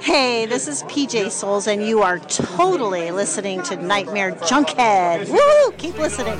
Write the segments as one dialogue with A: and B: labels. A: Hey, this is PJ Souls, and you are totally listening to Nightmare Junkhead. Woo! Keep listening.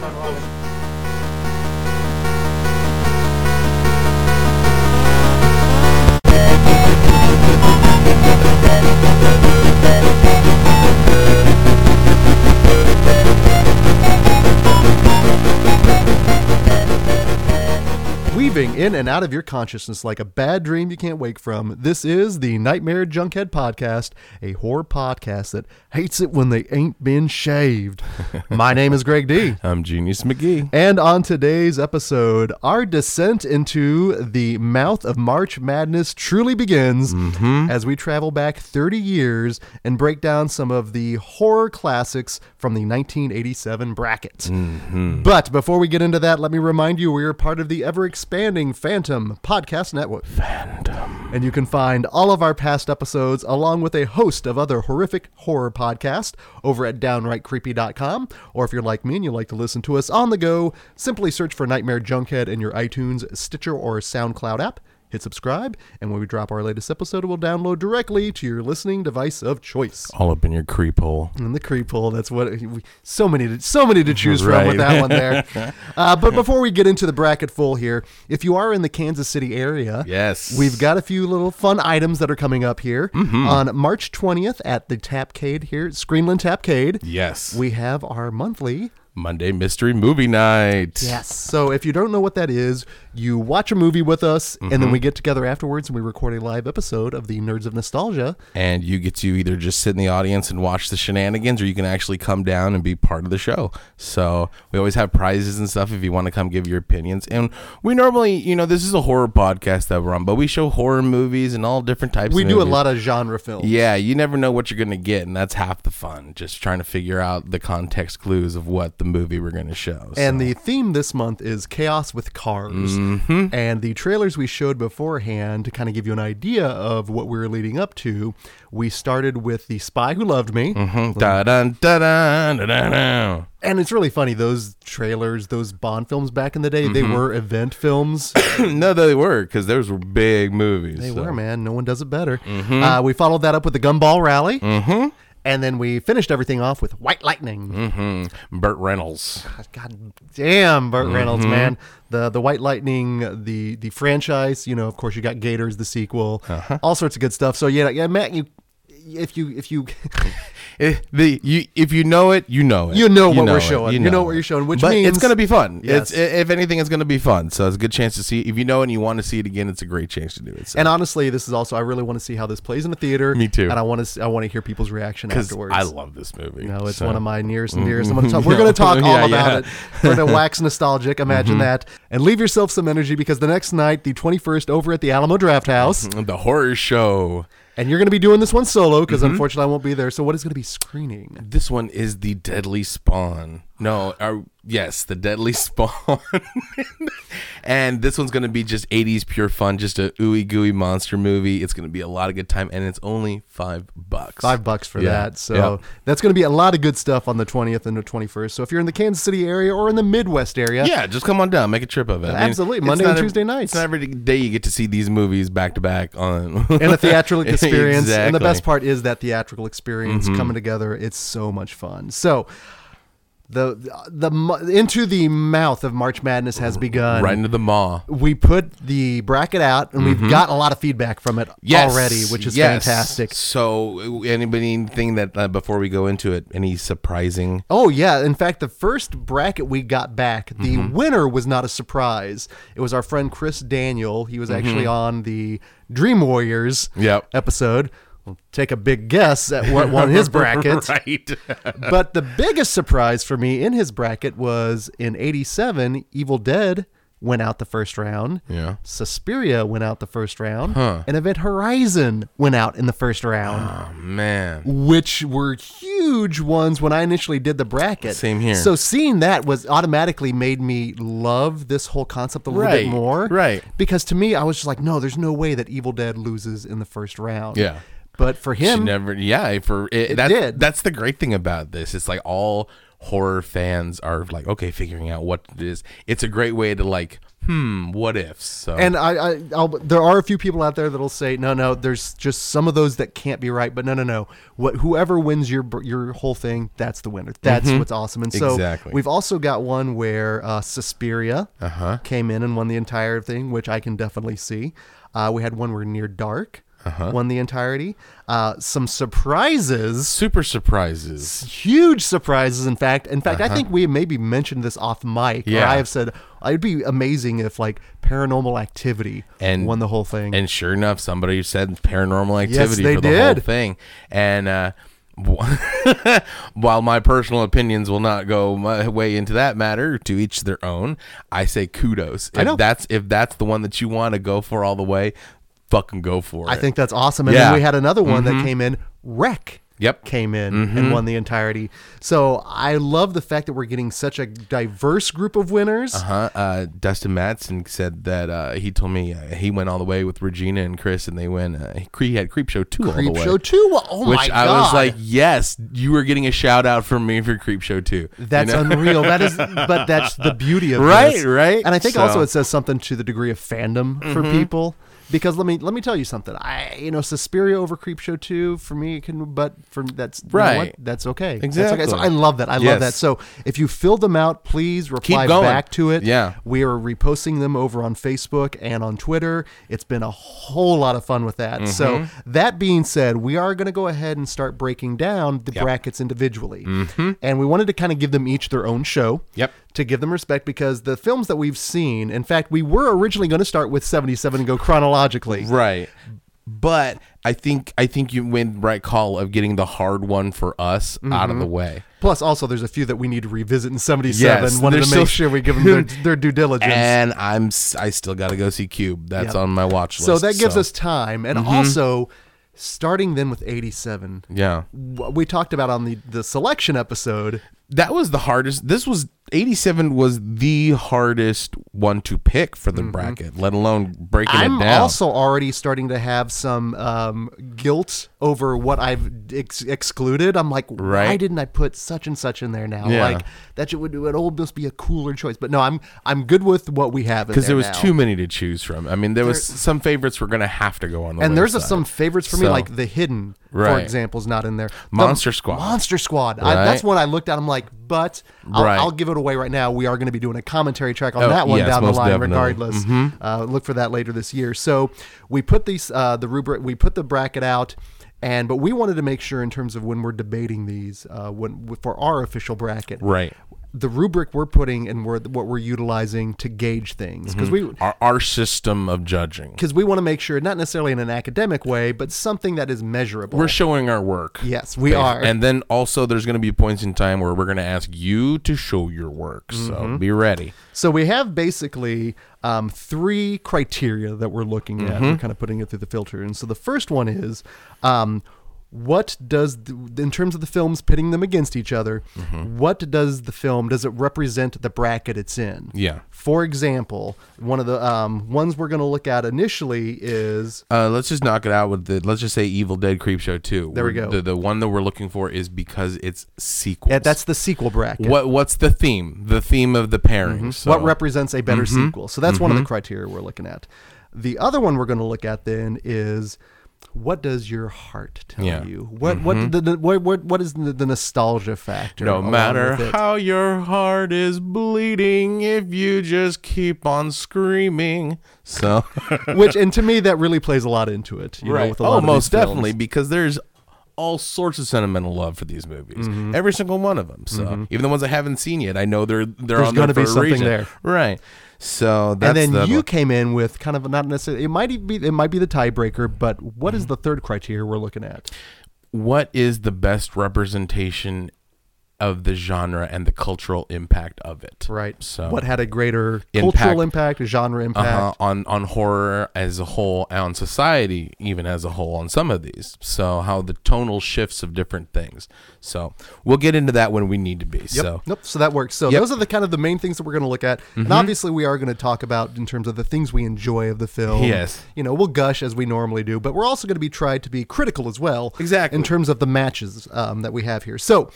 B: Weaving in and out of your consciousness like a bad dream you can't wake from, this is the Nightmare Junkhead Podcast, a horror podcast that hates it when they ain't been shaved. My name is Greg D.
C: I'm Genius McGee.
B: And on today's episode, our descent into the mouth of March Madness truly begins as we travel back 30 years and break down some of the horror classics from the 1987 bracket. But before we get into that, let me remind you we are part of the ever expanding Phantom Podcast Network. And you can find all of our past episodes, along with a host of other horrific horror podcasts, over at downrightcreepy.com. Or if you're like me and you like to listen to us on the go, simply search for Nightmare Junkhead in your iTunes, Stitcher, or SoundCloud app. Hit subscribe, and when we drop our latest episode, it will download directly to your listening device of choice.
C: All up in your creep hole.
B: And the creep hole. That's what we, so many to, so many to choose from with
C: Right.
B: that one there. uh, but before we get into the bracket full here, if you are in the Kansas City area,
C: Yes.
B: we've got a few little fun items that are coming up here on March 20th at the Tapcade here, at Screenland Tapcade.
C: Yes.
B: We have our monthly
C: Monday Mystery Movie Night.
B: Yes. So if you don't know what that is, you watch a movie with us, and then we get together afterwards and we record a live episode of the Nerds of Nostalgia.
C: And you get to either just sit in the audience and watch the shenanigans, or you can actually come down and be part of the show. So we always have prizes and stuff if you want to come give your opinions. And we normally, you know, this is a horror podcast that we're on, but we show horror movies and all different types.
B: We
C: of
B: do a
C: movies.
B: lot of genre films.
C: Yeah, you never know what you're going to get, and that's half the fun. Just trying to figure out the context clues of what the movie we're going to show.
B: And the theme this month is chaos with cars. And the trailers we showed beforehand to kind of give you an idea of what we were leading up to, we started with The Spy Who Loved Me.
C: So- da dun da dun da dun, dun.
B: And it's really funny, those trailers, those Bond films back in the day,
C: Mm-hmm.
B: they were event films.
C: no, they were because those were big movies.
B: They
C: so.
B: were, man. No one does it better.
C: Mm-hmm.
B: Uh, we followed that up with the Gumball Rally. Mm-hmm. And then we finished everything off with White Lightning.
C: Mm. Uh, Burt Reynolds.
B: God, God damn, Burt
C: Mm-hmm.
B: Reynolds, man. The the White Lightning, the the franchise. You know, of course, you got Gators, the sequel,
C: Uh-huh.
B: all sorts of good stuff. So yeah, yeah, Matt, you if you if you
C: If, Eh, the, you, if you know it, you know it.
B: You know what we're showing. You know what you're showing, which
C: But
B: means-
C: it's going to be fun.
B: Yes.
C: It's, i- if anything, it's going to be fun. So it's a good chance to see. If you know it and you want to see it again, it's a great chance to do it. So.
B: and honestly, this is also I really want to see how this plays in the theater.
C: Me too.
B: And I want to I want to hear people's reaction
C: 'Cause
B: afterwards.
C: I love this movie.
B: No, it's
C: so.
B: one of my nearest and dearest. I'm gonna talk, we're going to talk all
C: Yeah,
B: about
C: yeah. Mm-hmm.
B: it. We're going to wax nostalgic. Imagine that. And leave yourself some energy because the next night, the 21st, over at the Alamo Draft House,
C: The horror show.
B: and you're going to be doing this one solo because
C: Mm-hmm.
B: unfortunately I won't be there. So, what is going to be screening?
C: This one is the Deadly Spawn. No, or, yes, the Deadly Spawn. and this one's going to be just 80s pure fun, just a ooey gooey monster movie. It's going to be a lot of good time, and it's only five bucks.
B: Five bucks for
C: Yeah.
B: that. So, that's going to be a lot of good stuff on the 20th and the 21st. So, if you're in the Kansas City area or in the Midwest area,
C: Yeah, just come on down, make a trip of it. I mean,
B: Absolutely,
C: it's
B: Monday
C: not
B: and
C: ev-
B: Tuesday nights.
C: It's not every day you get to see these movies back to back on
B: in a theatrical experience. And the
C: Exactly. Mm-hmm.
B: best part is that theatrical experience coming together. It's so much fun. So the the mo- into the mouth of March Madness has begun.
C: right into the mall.
B: We put the bracket out, and we've got a lot of feedback from it
C: Yes,
B: already, which is
C: yes.
B: fantastic.
C: So, anybody anything that uh, before we go into it, any surprising?
B: Oh yeah! In fact, the first bracket we got back, the
C: Mm-hmm.
B: winner was not a surprise. It was our friend Chris Daniel. He was actually on the Dream Warriors
C: Mm-hmm. Yep.
B: episode. We'll take a big guess at what won his bracket.
C: right.
B: but the biggest surprise for me in his bracket was in 87 evil dead went out the first round
C: Yeah.
B: suspiria went out the first round and event horizon went out in the first round
C: Oh man.
B: which were huge ones when i initially did the bracket
C: Same here.
B: so seeing that was automatically made me love this whole concept a little bit
C: Right,
B: more
C: right.
B: because to me i was just like no there's no way that evil dead loses in the first round
C: Yeah.
B: but for
C: She
B: him
C: never, yeah. For it,
B: It
C: that,
B: did.
C: That's the great thing about this. It's like all horror fans are like, okay, figuring out what it is. It's a great way to like, hmm, what ifs. So
B: And I, I I'll, there are a few people out there that'll say, no, no, there's just some of those that can't be right, but no, no, no. What whoever wins your br- your whole thing, that's the winner. That's what's awesome. And so
C: Exactly.
B: we've also got one where uh, Suspiria came in and won the entire thing, which I can definitely see. Uh, we had one where Near Dark won the entirety. Uh, some surprises.
C: super surprises.
B: Huge surprises, in fact. In fact, I think we maybe mentioned this off mic. where
C: Uh-huh. Yeah.
B: I have said it'd be amazing if like Paranormal Activity
C: And-
B: won the whole thing.
C: And sure enough, somebody said paranormal activity
B: they
C: for the whole
B: did.
C: thing. And uh, wh- while my personal opinions will not go my way into that matter, to each their own, I say kudos. If
B: I know.
C: that's if that's the one that you want to go for all the way, fucking go for
B: I
C: it.
B: think that's awesome. And then
C: Yeah. Mm-hmm.
B: we had another one that came in, Wreck.
C: Yep. Mm-hmm.
B: Came in and won the entirety. So I love the fact that we're getting such a diverse group of winners.
C: Huh? Uh, Dustin Madsen said that uh, he told me uh, he went all the way with Regina and Chris, and they went. Uh, he had Creep Show two all the way.
B: Creepshow 2. Oh
C: which
B: my
C: I
B: God.
C: was like, yes, you were getting a shout out from me for Creep Show two. You
B: That's
C: know?
B: unreal. That is, but that's the beauty of
C: Right,
B: this.
C: right.
B: And I think
C: So- Mm-hmm.
B: also it says something to the degree of fandom for people. Because let me let me tell you something. I you know Suspiria over Creepshow two for me it can but for that's you know what?
C: Right.
B: that's okay that's okay.
C: Exactly.
B: So I love that I love
C: Yes.
B: that. So if you fill them out, please reply
C: going.
B: back to it.
C: Yeah.
B: we are reposting them over on Facebook and on Twitter. It's been a whole lot of fun with that.
C: Mm-hmm.
B: So that being said, we are going to go ahead and start breaking down the brackets individually, and we wanted to kind of give them each their own show.
C: Mm-hmm. Yep.
B: To give them respect because the films that we've seen, in fact, we were originally going to start with 77 and go chronologically.
C: right. But I think I think you made the right call of getting the hard one for us out
B: Mm-hmm.
C: of the way.
B: Plus, also, there's a few that we need to revisit in 77.
C: Yes,
B: Wanted to
C: there's
B: make
C: still-
B: sure we give them their, their due diligence.
C: And I'm s- I still got to go see Cube. That's
B: Yep.
C: on my watch list. Mm-hmm.
B: so that gives us time. And also, starting then with 87,
C: yeah.
B: what we talked about on the, the selection episode.
C: that was the hardest. This was 87 was the hardest one to pick for the bracket, let alone breaking
B: Mm-hmm. I'm
C: it down.
B: also already starting to have some um, guilt over what I've ex- excluded. I'm like, why
C: Right.
B: didn't I put such and such in there now?
C: Yeah.
B: Like that should, would would almost be a cooler choice. But no, I'm I'm good with what we have
C: because there was
B: now.
C: too many to choose from. I mean, there, was some favorites were gonna have to go on the
B: And there's a,
C: wayside.
B: some favorites for me,
C: So-
B: like The Hidden, for
C: Right.
B: example, is not in there. The
C: Monster Squad.
B: Monster Squad. I,
C: Right.
B: that's one I looked at. I'm like, but I'll,
C: Right.
B: I'll give it away right now. We are going to be doing a commentary track on
C: Oh,
B: that one
C: yes,
B: down the
C: most
B: line,
C: definitely. Mm-hmm.
B: regardless. Uh, look for that later this year. So we put these uh, the rubric, we put the bracket out. And but we wanted to make sure in terms of when we're debating these, uh, when for our official bracket,
C: right.
B: The rubric we're putting and we're, what we're utilizing to gauge
C: Mm-hmm.
B: things because we
C: Our, our system of judging.
B: because we want to make sure, not necessarily in an academic way, but something that is measurable.
C: We're showing our work.
B: yes, we are.
C: And then also, there's going to be points in time where we're going to ask you to show your work.
B: Mm-hmm.
C: So be ready.
B: so we have basically um, three criteria that we're looking at. We're
C: Mm-hmm.
B: kind of putting it through the filter. And so the first one is. Um, what does th- in terms of the films pitting them against each other
C: Mm-hmm.
B: what does the film does it represent the bracket it's in
C: Yeah.
B: for example one of the um, ones we're going to look at initially is
C: Uh, let's just knock it out with the. Let's just say Evil Dead Creepshow Two.
B: There we go.
C: The, the one that we're looking for is because it's sequels.
B: yeah, eh, that's the sequel bracket
C: What what's the theme? The theme of the pairing.
B: Mm-hmm.
C: So Mm-hmm.
B: what represents a better sequel. So that's one of the criteria we're looking at. The other one we're going to look at then is what does your heart tell
C: Yeah. Mm-hmm.
B: you? What what the, the what, what what is the, the nostalgia factor?
C: no
B: along
C: matter
B: with it?
C: how your heart is bleeding, if you just keep on screaming. So
B: which and to me that really plays a lot into it. You know, with a lot
C: oh,
B: of
C: most
B: these films.
C: definitely because there's all sorts of sentimental love for these movies.
B: Mm-hmm.
C: Every single one of them. So even the ones I haven't seen yet, I know they're they're
B: There's
C: on there
B: gonna
C: for
B: be
C: a
B: something
C: reason.
B: there.
C: right? So that's
B: And then
C: the
B: you came in with kind of not necessarily. It might even be it might be the tiebreaker, but what
C: Mm-hmm.
B: is the third criteria we're looking at?
C: what is the best representation of the genre and the cultural impact of it?
B: Right.
C: So
B: what had a greater cultural impact, genre impact?
C: uh-huh, on on horror as a whole, on society even as a whole, on some of these. So how the tonal shifts of different things. So we'll get into that when we need to be. So
B: Nope. So that works. So
C: Yep. Mm-hmm.
B: those are the kind of the main things that we're going to look at, and obviously we are going to talk about in terms of the things we enjoy of the film.
C: Yes.
B: You know, we'll gush as we normally do, but we're also going to be tried to be critical as well.
C: Exactly.
B: In terms of the matches um, that we have here. So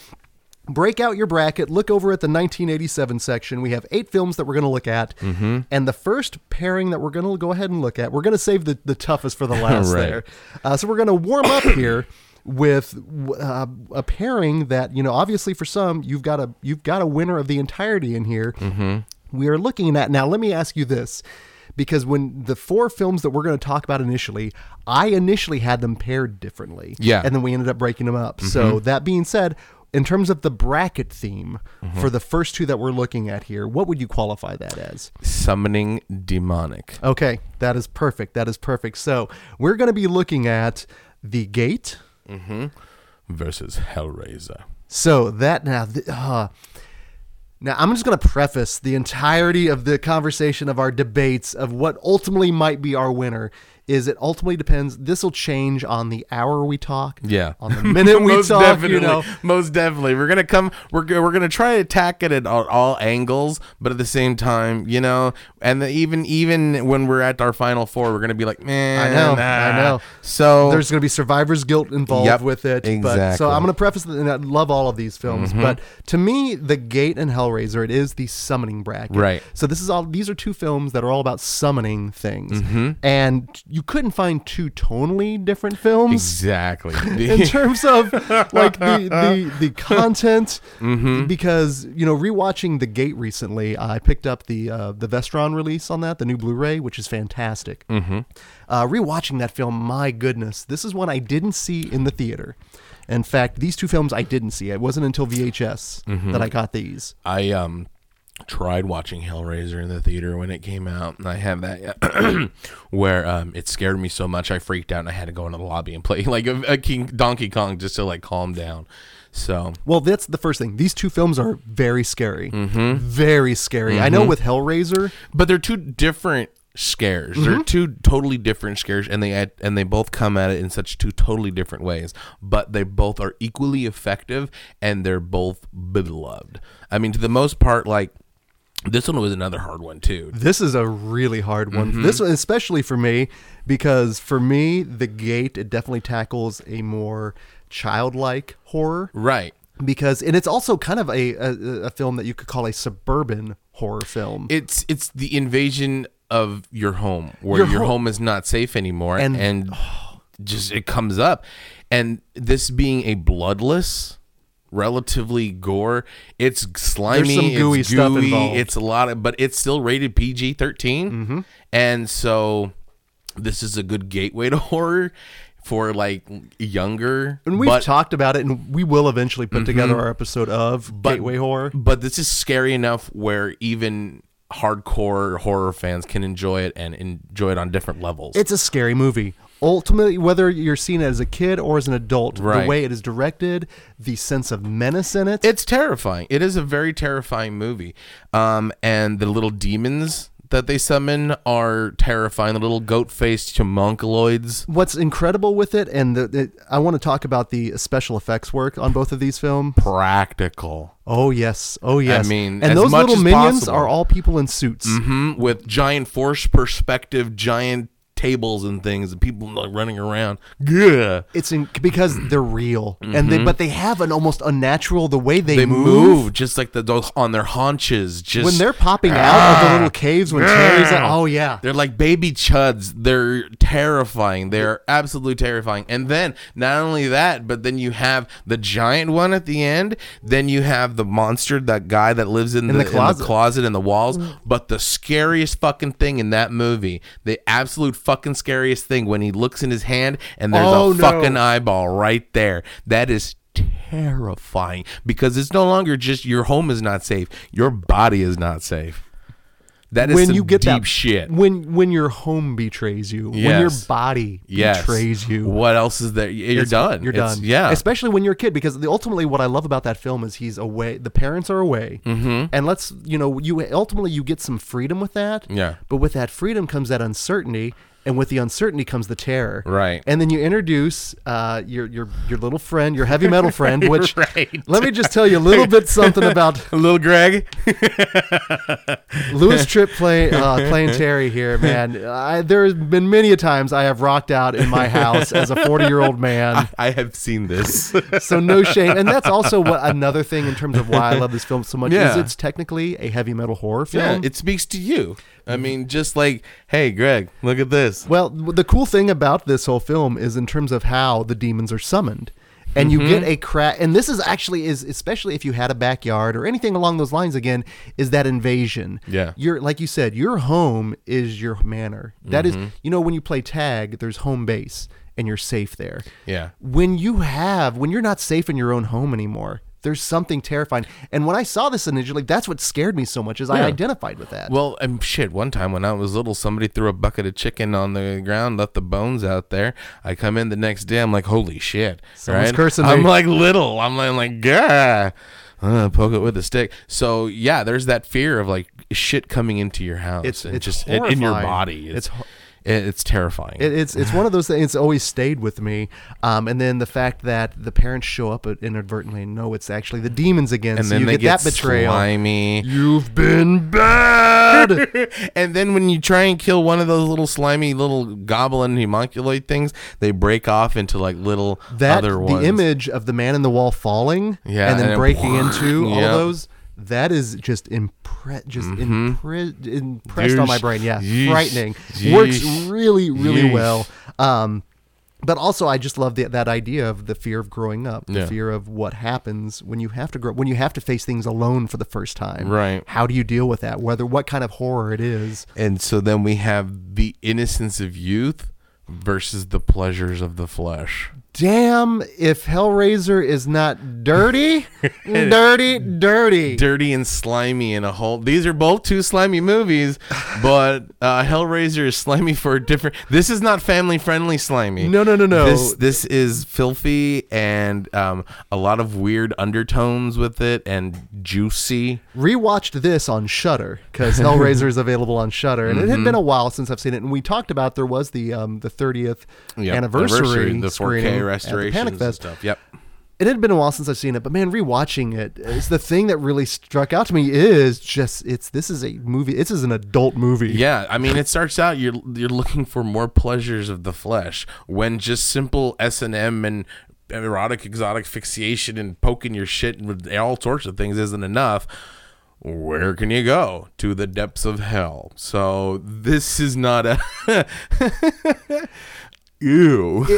B: break out your bracket, look over at the 1987 section. We have eight films that we're going to look at.
C: Mm-hmm.
B: And the first pairing that we're going to go ahead and look at, we're going to save the, the toughest for the last
C: Right.
B: there. Uh, so we're going to warm up here with uh, a pairing that, you know, obviously for some, you've got a you've got a winner of the entirety in here. We are looking at now let me ask you this because when the four films that we're going to talk about initially, I initially had them paired differently.
C: Yeah.
B: And then we ended up breaking them up. So that being said, in terms of the bracket theme for the first two that we're looking at here, what would you qualify that as?
C: Summoning demonic.
B: Okay, that is perfect. That is perfect. So we're going to be looking at the gate.
C: versus Hellraiser.
B: So that now, th- uh, now I'm just going to preface the entirety of the conversation of our debates of what ultimately might be our winner. Is it ultimately depends? This will change on the hour we talk.
C: Yeah.
B: on the minute we
C: most
B: talk.
C: definitely,
B: You know,
C: most definitely. We're gonna come. We're go- we're gonna try to attack it at all, all angles, but at the same time, you know, and the, even even when we're at our final four, we're gonna be like, man,
B: know,
C: nah."
B: I know.
C: So
B: therere's going to be survivor's guilt involved
C: Yep,
B: with it. But, so
C: exactly. Mm-hmm.
B: I'm going to preface that, and I love all of these films, but to me, The Gate and Hellraiser, it is the summoning bracket.
C: Right.
B: So this is all. These are two films that are all about summoning things,
C: Mm-hmm.
B: and you couldn't find two tonally different films.
C: exactly.
B: In terms of like the the, the content, because you know, rewatching The Gate recently, I picked up the uh, the Vestron release on that, the new Blu-ray, which is fantastic. Mm-hmm. Uh, rewatching that film, my goodness, this is one I didn't see in the theater. In fact, these two films I didn't see. It wasn't until VHS that I got these.
C: I um tried watching Hellraiser in the theater when it came out, and I have that where um it scared me so much I freaked out and I had to go into the lobby and play like a, a King Donkey Kong just to like calm down. So
B: Well, that's the first thing. These two films are very scary. Very scary. I know with Hellraiser,
C: but they're two different scares. They're two totally different scares, and they add, and they both come at it in such two totally different ways. But they both are equally effective, and they're both beloved. I mean, to the most part, like this one was another hard one too.
B: This is a really hard one.
C: Mm-hmm.
B: This one, especially for me, because for me, the gate it definitely tackles a more childlike horror.
C: Right.
B: Because and it's also kind of a, a a film that you could call a suburban horror film.
C: It's it's the invasion of your home, where
B: Your
C: your,
B: ho-
C: home, is not safe anymore,
B: And-
C: and, just it comes up, and this being a bloodless. Relatively gore. It's slimy.
B: some gooey
C: it's
B: stuff
C: gooey,
B: involved. Mm-hmm.
C: It's a lot of, but it's still rated PG 13. And so this is a good gateway to horror for like younger.
B: and we've
C: but- Mm-hmm.
B: talked about it, and we will eventually put together our episode of gateway horror.
C: but this is scary enough where even hardcore horror fans can enjoy it and enjoy it on different levels.
B: It's a scary movie. Ultimately, whether you're seeing it as a kid or as an adult, the
C: Right.
B: way it is directed, the sense of menace in it,
C: it's terrifying. It is a very terrifying movie. Um, and the little demons that they summon are terrifying. The little goat-faced homuncoloids.
B: what's incredible with it, and the, the, I want to talk about the special effects work on both of these films.
C: Practical.
B: Oh yes, oh yes.
C: mean,
B: and
C: as
B: those
C: much
B: little
C: as
B: minions
C: possible.
B: are all people in suits.
C: Mhm, With giant force perspective, giant tables and things, and people like running around. Yeah.
B: It's in, because they're real, and they but they have an almost unnatural the way they,
C: Mm-hmm. They
B: move.
C: move. just like the those on their haunches. Just Ah.
B: when they're popping out of the little caves. When Terry's like, oh yeah,
C: They're like baby chuds. They're terrifying. They're absolutely terrifying. And then not only that, but then you have the giant one at the end. Then you have the monster, that guy that lives in, the, in the
B: closet. Mm.
C: closet. and the walls. But the scariest fucking thing in that movie, the absolute fucking scariest thing, when he looks in his hand and there's
B: Oh,
C: a
B: no.
C: fucking eyeball right there. That is terrifying because it's no longer just your home is not safe. Your body is not safe. That is
B: when
C: some
B: you get
C: deep
B: that
C: shit.
B: When when your home betrays you, when your
C: Yes.
B: body
C: yes.
B: betrays you,
C: What else is there? You're
B: It's-
C: done.
B: You're
C: It's-
B: done.
C: Yeah.
B: Especially when you're a kid, because the, ultimately, what I love about that film is he's away. The parents are away, mm-hmm. and let's you know you ultimately you get some freedom with that.
C: Yeah.
B: But with that freedom comes that uncertainty, and with the uncertainty comes the terror.
C: Right.
B: And then you introduce uh, your your your little friend, your heavy metal friend, which let me just tell you a little bit something about
C: Little Greg.
B: Lewis Tripp play, uh, playing Terry here, man. I, there has been many a times I have rocked out in my house as a 40 year old man.
C: I have seen this.
B: So no shame. And that's also what another thing in terms of why I love this film so much is
C: Yeah.
B: it's technically a heavy metal horror film. Mm-hmm.
C: yeah, it speaks to you. I mean, just like, hey, Greg, look at this.
B: Well, the cool thing about this whole film is in terms of how the demons are summoned. And you
C: Mm-hmm.
B: get a crack, and this is actually is especially if you had a backyard or anything along those lines. Again, is that invasion?
C: Yeah.
B: your like you said, your home is your manor. That is,
C: Mm-hmm.
B: you know, when you play tag, there's home base, and you're safe there.
C: Yeah.
B: When you have, when you're not safe in your own home anymore, there's something terrifying. And when I saw this initially, that's what scared me so much is I
C: Yeah.
B: identified with that.
C: Well, and shit, one time when I was little, somebody threw a bucket of chicken on the ground, left the bones out there. I come in the next day, I'm like, holy shit.
B: Someone's cursing
C: I'm
B: me.
C: like little. I'm like, like gah. Uh, poke it with a stick. So yeah, there's that fear of like shit coming into your house.
B: It's-
C: and
B: it's
C: just in- in your
B: horrifying.
C: body. It's
B: It's ho-
C: it- it's terrifying.
B: It, it's it's one of those things. It's always stayed with me. Um, and then the fact that the parents show up inadvertently and know it's actually the demons again,
C: and
B: so
C: then
B: you
C: they
B: get,
C: get,
B: that betrayal.
C: slimy.
B: You've been bad.
C: and then when you try and kill one of those little slimy little goblin homunculoid things, they break off into like little
B: That
C: other
B: the
C: ones.
B: image of the man in the wall falling,
C: Yeah,
B: and then
C: and it-
B: breaking into all
C: Yeah.
B: those. That is just impre- just impre- impressed on my
C: Yeesh.
B: brain. Yeah,
C: Mm-hmm. Yeesh.
B: frightening. Works
C: Yeesh.
B: really, really
C: Yeesh.
B: well. Um, but also, I just love the, that idea of the fear of growing up, the
C: Yeah.
B: fear of what happens when you have to grow, when you have to face things alone for the first time.
C: Right.
B: How do you deal with that? Whether what kind of horror it is.
C: And so then we have the innocence of youth versus the pleasures of the flesh.
B: Damn, if Hellraiser is not dirty, dirty, dirty.
C: Dirty and slimy in a whole. These are both two slimy movies, but uh, Hellraiser is slimy for a different. This is not family friendly slimy.
B: No, no, no, no.
C: This this is filthy and um, a lot of weird undertones with it and juicy.
B: rewatched this on Shutter because Hellraiser is available on Shutter, and it
C: Mm-hmm.
B: had been a while since I've seen it. And we talked about there was the um, the thirtieth
C: Yeah,
B: anniversary,
C: the 4K
B: screening
C: restorations
B: at the Panic
C: and
B: Fest.
C: stuff. Yep.
B: It had been a while since I've seen it, but man, rewatching it is the thing that really struck out to me. Is just it's this is a movie. This is an adult movie.
C: Yeah, I mean, it starts out you're you're looking for more pleasures of the flesh when just simple S and M and erotic exotic fixation and poking your shit with all sorts of things isn't enough. Where can you go to the depths of hell? So this is not a ew.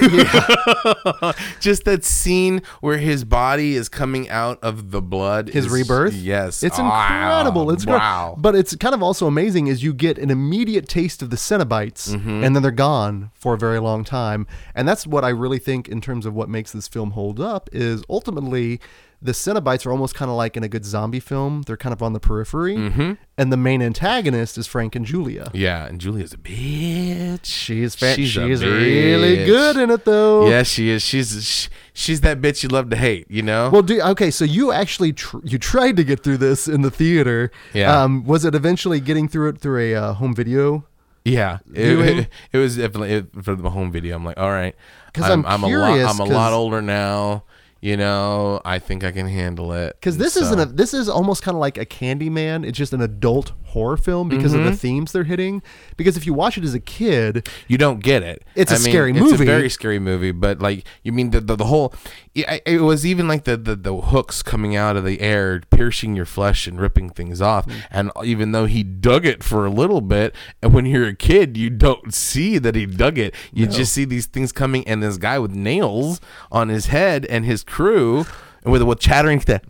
C: just that scene where his body is coming out of the blood.
B: His
C: is-
B: rebirth.
C: Yes,
B: it's
C: Wow.
B: incredible. It's wow.
C: wow.
B: But it's kind of also amazing is you get an immediate taste of the Cenobites,
C: Mm-hmm.
B: and then they're gone for a very long time. And that's what I really think in terms of what makes this film hold up is ultimately the Cenobites are almost kind of like in a good zombie film. They're kind of on the periphery,
C: Mm-hmm.
B: and the main antagonist is Frank and Julia.
C: Yeah, and Julia's a bitch.
B: She's fa- she's,
C: a
B: really
C: bitch.
B: good in it though.
C: Yeah, she is. She's sh- she's that bitch you love to hate. You know.
B: Well, do okay. So you actually tr- you tried to get through this in the theater.
C: Yeah.
B: Um, was it eventually getting through it through a uh, home video?
C: yeah. It,
B: viewing-
C: it, it was definitely it, for the home video. I'm like, all right,
B: 'Cause I'm
C: a
B: curious,
C: lot. I'm a
B: 'cause-
C: lot older now. You know, I think I can handle it.
B: Because this
C: So-
B: isn't a this is almost kind of like a Candyman. It's just an adult horror film because of the
C: Mm-hmm.
B: themes they're hitting. Because if you watch it as a kid,
C: you don't get it.
B: It's
C: a
B: a scary movie.
C: It's a very scary movie, but like you mean the the, the whole. It, it was even like the, the the hooks coming out of the air, piercing your flesh and ripping things off.
B: Mm.
C: And even though he dug it for a little bit, and when you're a kid, you don't see that he dug it. You just see these things coming, and this guy with nails on his head and his crew with with chattering that.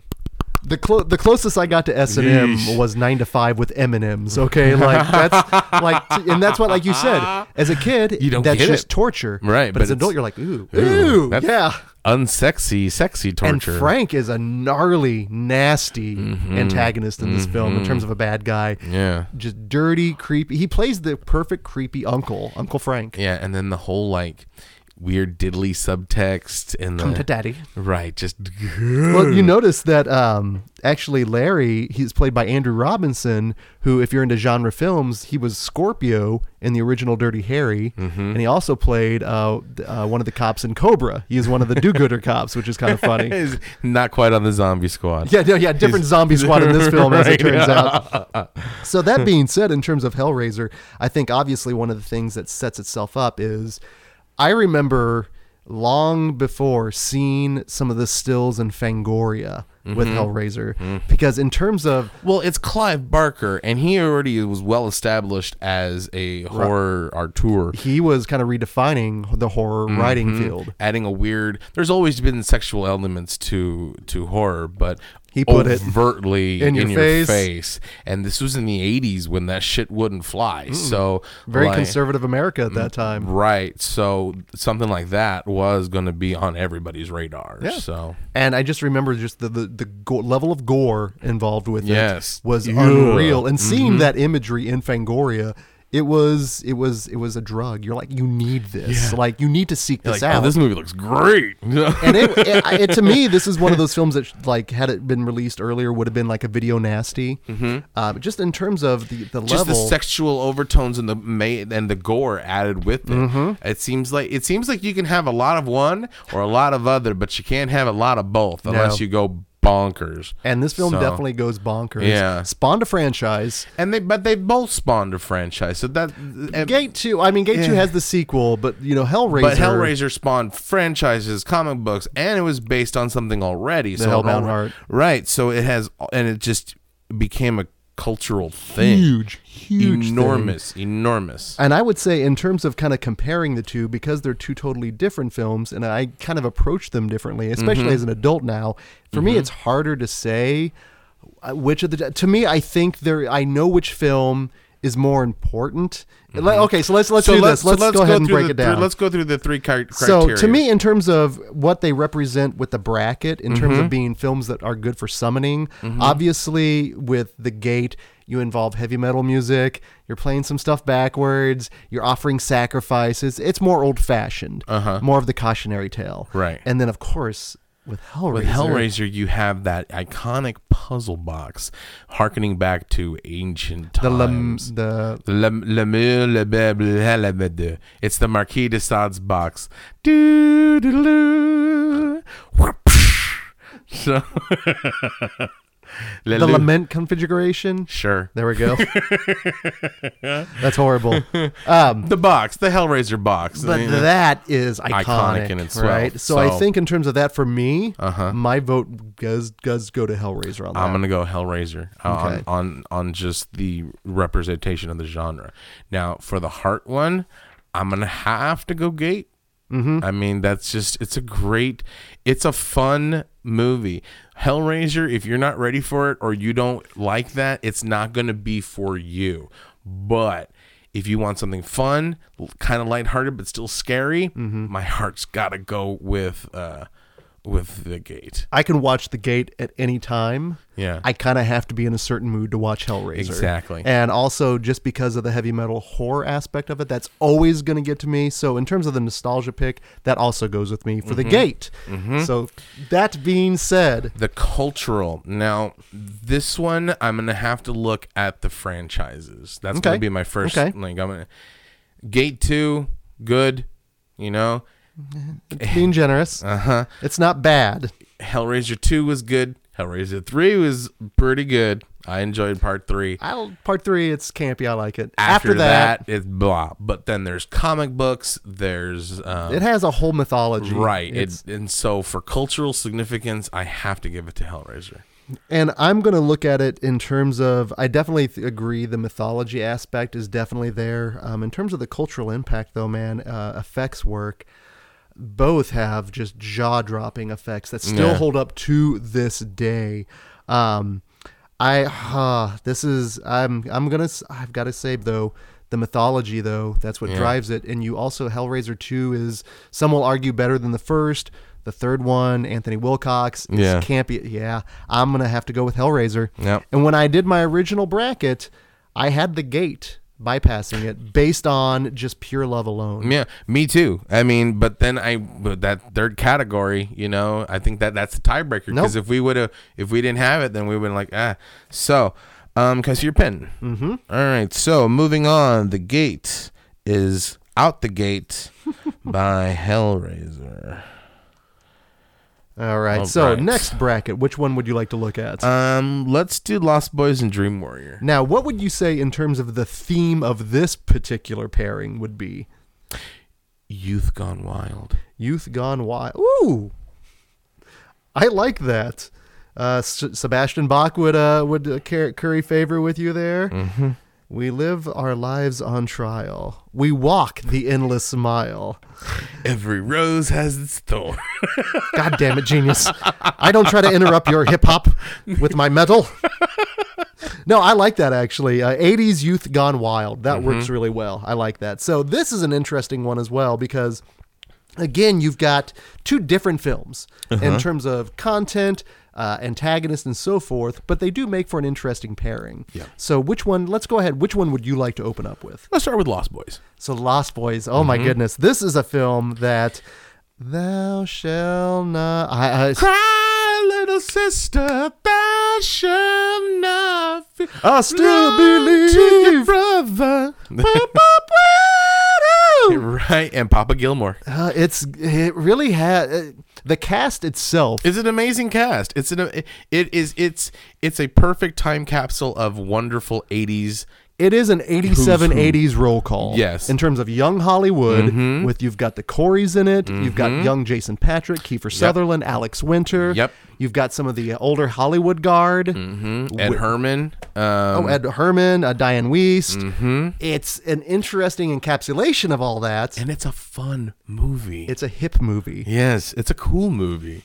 B: the clo- the closest I got to S and M
C: Yeesh.
B: was nine to five with M and M's. Okay, like that's like, t- and that's what like you said as a kid,
C: You don't
B: that's
C: get
B: just
C: it.
B: torture,
C: Right,
B: But,
C: but
B: as an adult,
C: it's-
B: you're like, ooh,
C: Ooh,
B: ooh,
C: that's
B: yeah.
C: unsexy, sexy
B: And
C: torture. Mm-hmm.
B: Frank is a gnarly, nasty antagonist in this film in terms of a bad guy.
C: Yeah.
B: Just dirty, creepy. He plays the perfect creepy uncle, Uncle Frank.
C: Yeah, and then the whole like weird diddly subtext and the
D: Come to daddy.
C: right just
B: Well, you notice that um, actually Larry, he's played by Andrew Robinson, who, if you're into genre films, he was Scorpio in the original Dirty Harry,
C: Mm-hmm.
B: and he also played uh, th- uh, one of the cops in Cobra. He is one of the do-gooder cops, which is kind of funny.
C: is not quite on the zombie squad.
B: Yeah, yeah, yeah. Different zombie squad in this film, as it
C: Right.
B: turns out. So that being said, in terms of Hellraiser, I think obviously one of the things that sets itself up is, I remember long before seeing some of the stills in Fangoria with Hellraiser, because in terms of
C: Well, it's Clive Barker, and he already was well established as a horror auteur.
B: he was kind of redefining the horror writing field.
C: adding a weird. There's always been sexual elements to to horror, but
B: He put it
C: overtly
B: in your face.
C: And this was in the '80s when that shit wouldn't fly. So
B: Very
C: like-
B: conservative America at that time.
C: right? So something like that was going to be on everybody's radar. So
B: And I just remember just the the, the go- level of gore involved with
C: Yes.
B: it was
C: Yeah. Mm-hmm.
B: unreal. And seeing that imagery in Fangoria, it was it was it was a drug. You're like, you need this. Like you need to seek
C: You're
B: this
C: like,
B: out.
C: oh, this movie looks great.
B: and it, it, I- it- to me, this is one of those films that, sh- like, had it been released earlier, would have been like a video nasty. Mm-hmm. Uh, but just in terms of the, the
C: just
B: level,
C: the sexual overtones and the ma- and the gore added with it.
B: Mm-hmm.
C: It seems like it seems like you can have a lot of one or a lot of other, but you can't have a lot of both unless you go bonkers.
B: and this film
C: So-
B: definitely goes bonkers.
C: Yeah.
B: spawned a franchise.
C: and they but they both spawned a franchise. So that and-
B: Gate Two. I mean, Gate Two
C: Yeah.
B: has the sequel, but you know, Hellraiser.
C: but Hellraiser spawned franchises, comic books, and it was based on something already. so it
B: Hellbound
C: all-
B: Heart.
C: right? So it has, and it just became a cultural thing,
B: Huge, huge thing.
C: enormous, enormous.
B: And I would say, in terms of kind of comparing the two, because they're two totally different films, and I kind of approach them differently, especially as an adult now. For me, it's harder to say uh, which of the. To me, I think there. I know which film is more important. Let- okay, so let's let's do this.
C: so
B: Let's, go, ahead and
C: through
B: break
C: the
B: it down.
C: Three, let's go through the three cri-
B: so
C: criteria.
B: to me, in terms of what they represent with the bracket, in
C: Mm-hmm.
B: terms of being films that are good for summoning, obviously with the gate, you involve heavy metal music. You're playing some stuff backwards. You're offering sacrifices. It's more old fashioned, uh-huh. more of the cautionary tale,
C: Right.
B: And then of course with Hellraiser,
C: with Hellraiser, you have that iconic puzzle box, harkening back to ancient
B: the lem-
C: times.
B: the
C: The lem- lemur, le bel- le- le- le- de. It's the Marquis de Sade's box. Doo-doo-doo. Whoop-psh. So Le
B: the
C: lu-
B: lament configuration.
C: Sure.
B: There we go. That's horrible.
C: The box, the Hellraiser box.
B: But
C: I mean,
B: that is iconic,
C: Iconic in its
B: right?
C: self,
B: So, I
C: so- Uh-huh.
B: think in terms of that, for me, my vote does does go to Hellraiser on that.
C: I'm gonna go Hellraiser uh, on,
B: Okay.
C: on on just the representation of the genre. Now for the heart one, I'm gonna have to go Gate. Mm-hmm. I mean that's just it's a great, it's a fun movie. Hellraiser, if you're not ready for it or you don't like that, it's not gonna be for you. But if you want something fun, kind of lighthearted but still scary,
B: Mm-hmm.
C: my heart's gotta go with uh with the Gate.
B: I can watch The Gate at any time.
C: Yeah.
B: I kind of have to be in a certain mood to watch Hellraiser.
C: Exactly.
B: And also, just because of the heavy metal horror aspect of it, that's always going to get to me. So, in terms of the nostalgia pick, that also goes with me for
C: Mm-hmm.
B: The Gate. So, that being said,
C: the cultural now this one i'm gonna have to look at the franchises that's
B: Okay.
C: gonna be my first
B: Okay.
C: link i'm gonna gate two good you know
B: being generous, uh-huh. it's not bad.
C: hellraiser 2 was good hellraiser 3 was pretty good i enjoyed part 3
B: I'll, part three, it's campy. I like it.
C: after,
B: that
C: that, it's blah but then there's comic books there's um,
B: It has a whole mythology,
C: right
B: It's,
C: it's, and so for cultural significance i have to give it to hellraiser
B: and I'm going to look at it in terms of. I definitely th- agree. The mythology aspect is definitely there. Um, in terms of the cultural impact, though, man, uh, effects work. Both have just jaw dropping effects that still
C: Yeah.
B: hold up to this day. Um, I uh, this is I'm I'm gonna s- I've got to say though the mythology though that's what drives it and you also Hellraiser two is some will argue better than the first the third one Anthony Wilcox is
C: Yeah.
B: can't be yeah I'm gonna have to go with Hellraiser
C: Yep.
B: and when I did my original bracket I had the gate bypassing it based on just pure love alone.
C: Yeah, me too. I mean, but then I but that third category, you know, I think that that's a tiebreaker because
B: Nope.
C: if we would have if we didn't have it, then we would like ah. So, um, cause your pin. Mm-hmm. All right. So moving on, the gate is out the gate by Hellraiser.
B: All
C: Oh,
B: right. so
C: right.
B: next bracket, which one would you like to look at?
C: Um, let's do Lost Boys and Dream Warrior.
B: now, what would you say in terms of the theme of this particular pairing would be?
C: Youth Gone Wild.
B: Youth Gone Wild. Ooh, I like that. Uh, S- Sebastian Bach would uh, would uh, cur- curry favor with you there. Mm-hmm. We live our lives on trial. We walk the endless mile.
C: Every rose has its thorn.
B: God damn it, genius! I don't try to interrupt your hip hop with my metal. No, I like that actually. Uh, 80s youth gone wild. That works really well. I like that. So this is an interesting one as well because again, you've got two different films in terms of content, uh, antagonist, and so forth, but they do make for an interesting pairing.
C: Yeah.
B: So which one? Let's go ahead. Which one would you like to open up with?
C: let's start with Lost Boys.
B: So Lost Boys. Oh
C: Mm-hmm.
B: my goodness, this is a film that thou shall not. I, I,
C: Cry, little sister, thou shalt not fear.
B: I still
C: Run to your
B: believe.
C: brother. right, and Papa Gilmore.
B: Uh, it's it really had uh, the cast itself.
C: It's an amazing cast. It's an it is it's it's a perfect time capsule of wonderful '80s.
B: It is an 87 80s roll call.
C: Yes. Mm-hmm.
B: In terms of young Hollywood, with you've got the Coreys in it, you've got young Jason Patrick, Kiefer Sutherland, Alex Winter.
C: Yep. Mm-hmm.
B: You've got some of the older Hollywood guard.
C: Ed Herman. Um, Mm-hmm.
B: Oh, Ed Herman, uh, Diane Wiest. It's an interesting encapsulation of all that.
C: and it's a fun movie.
B: It's a hip movie.
C: yes, it's a cool movie.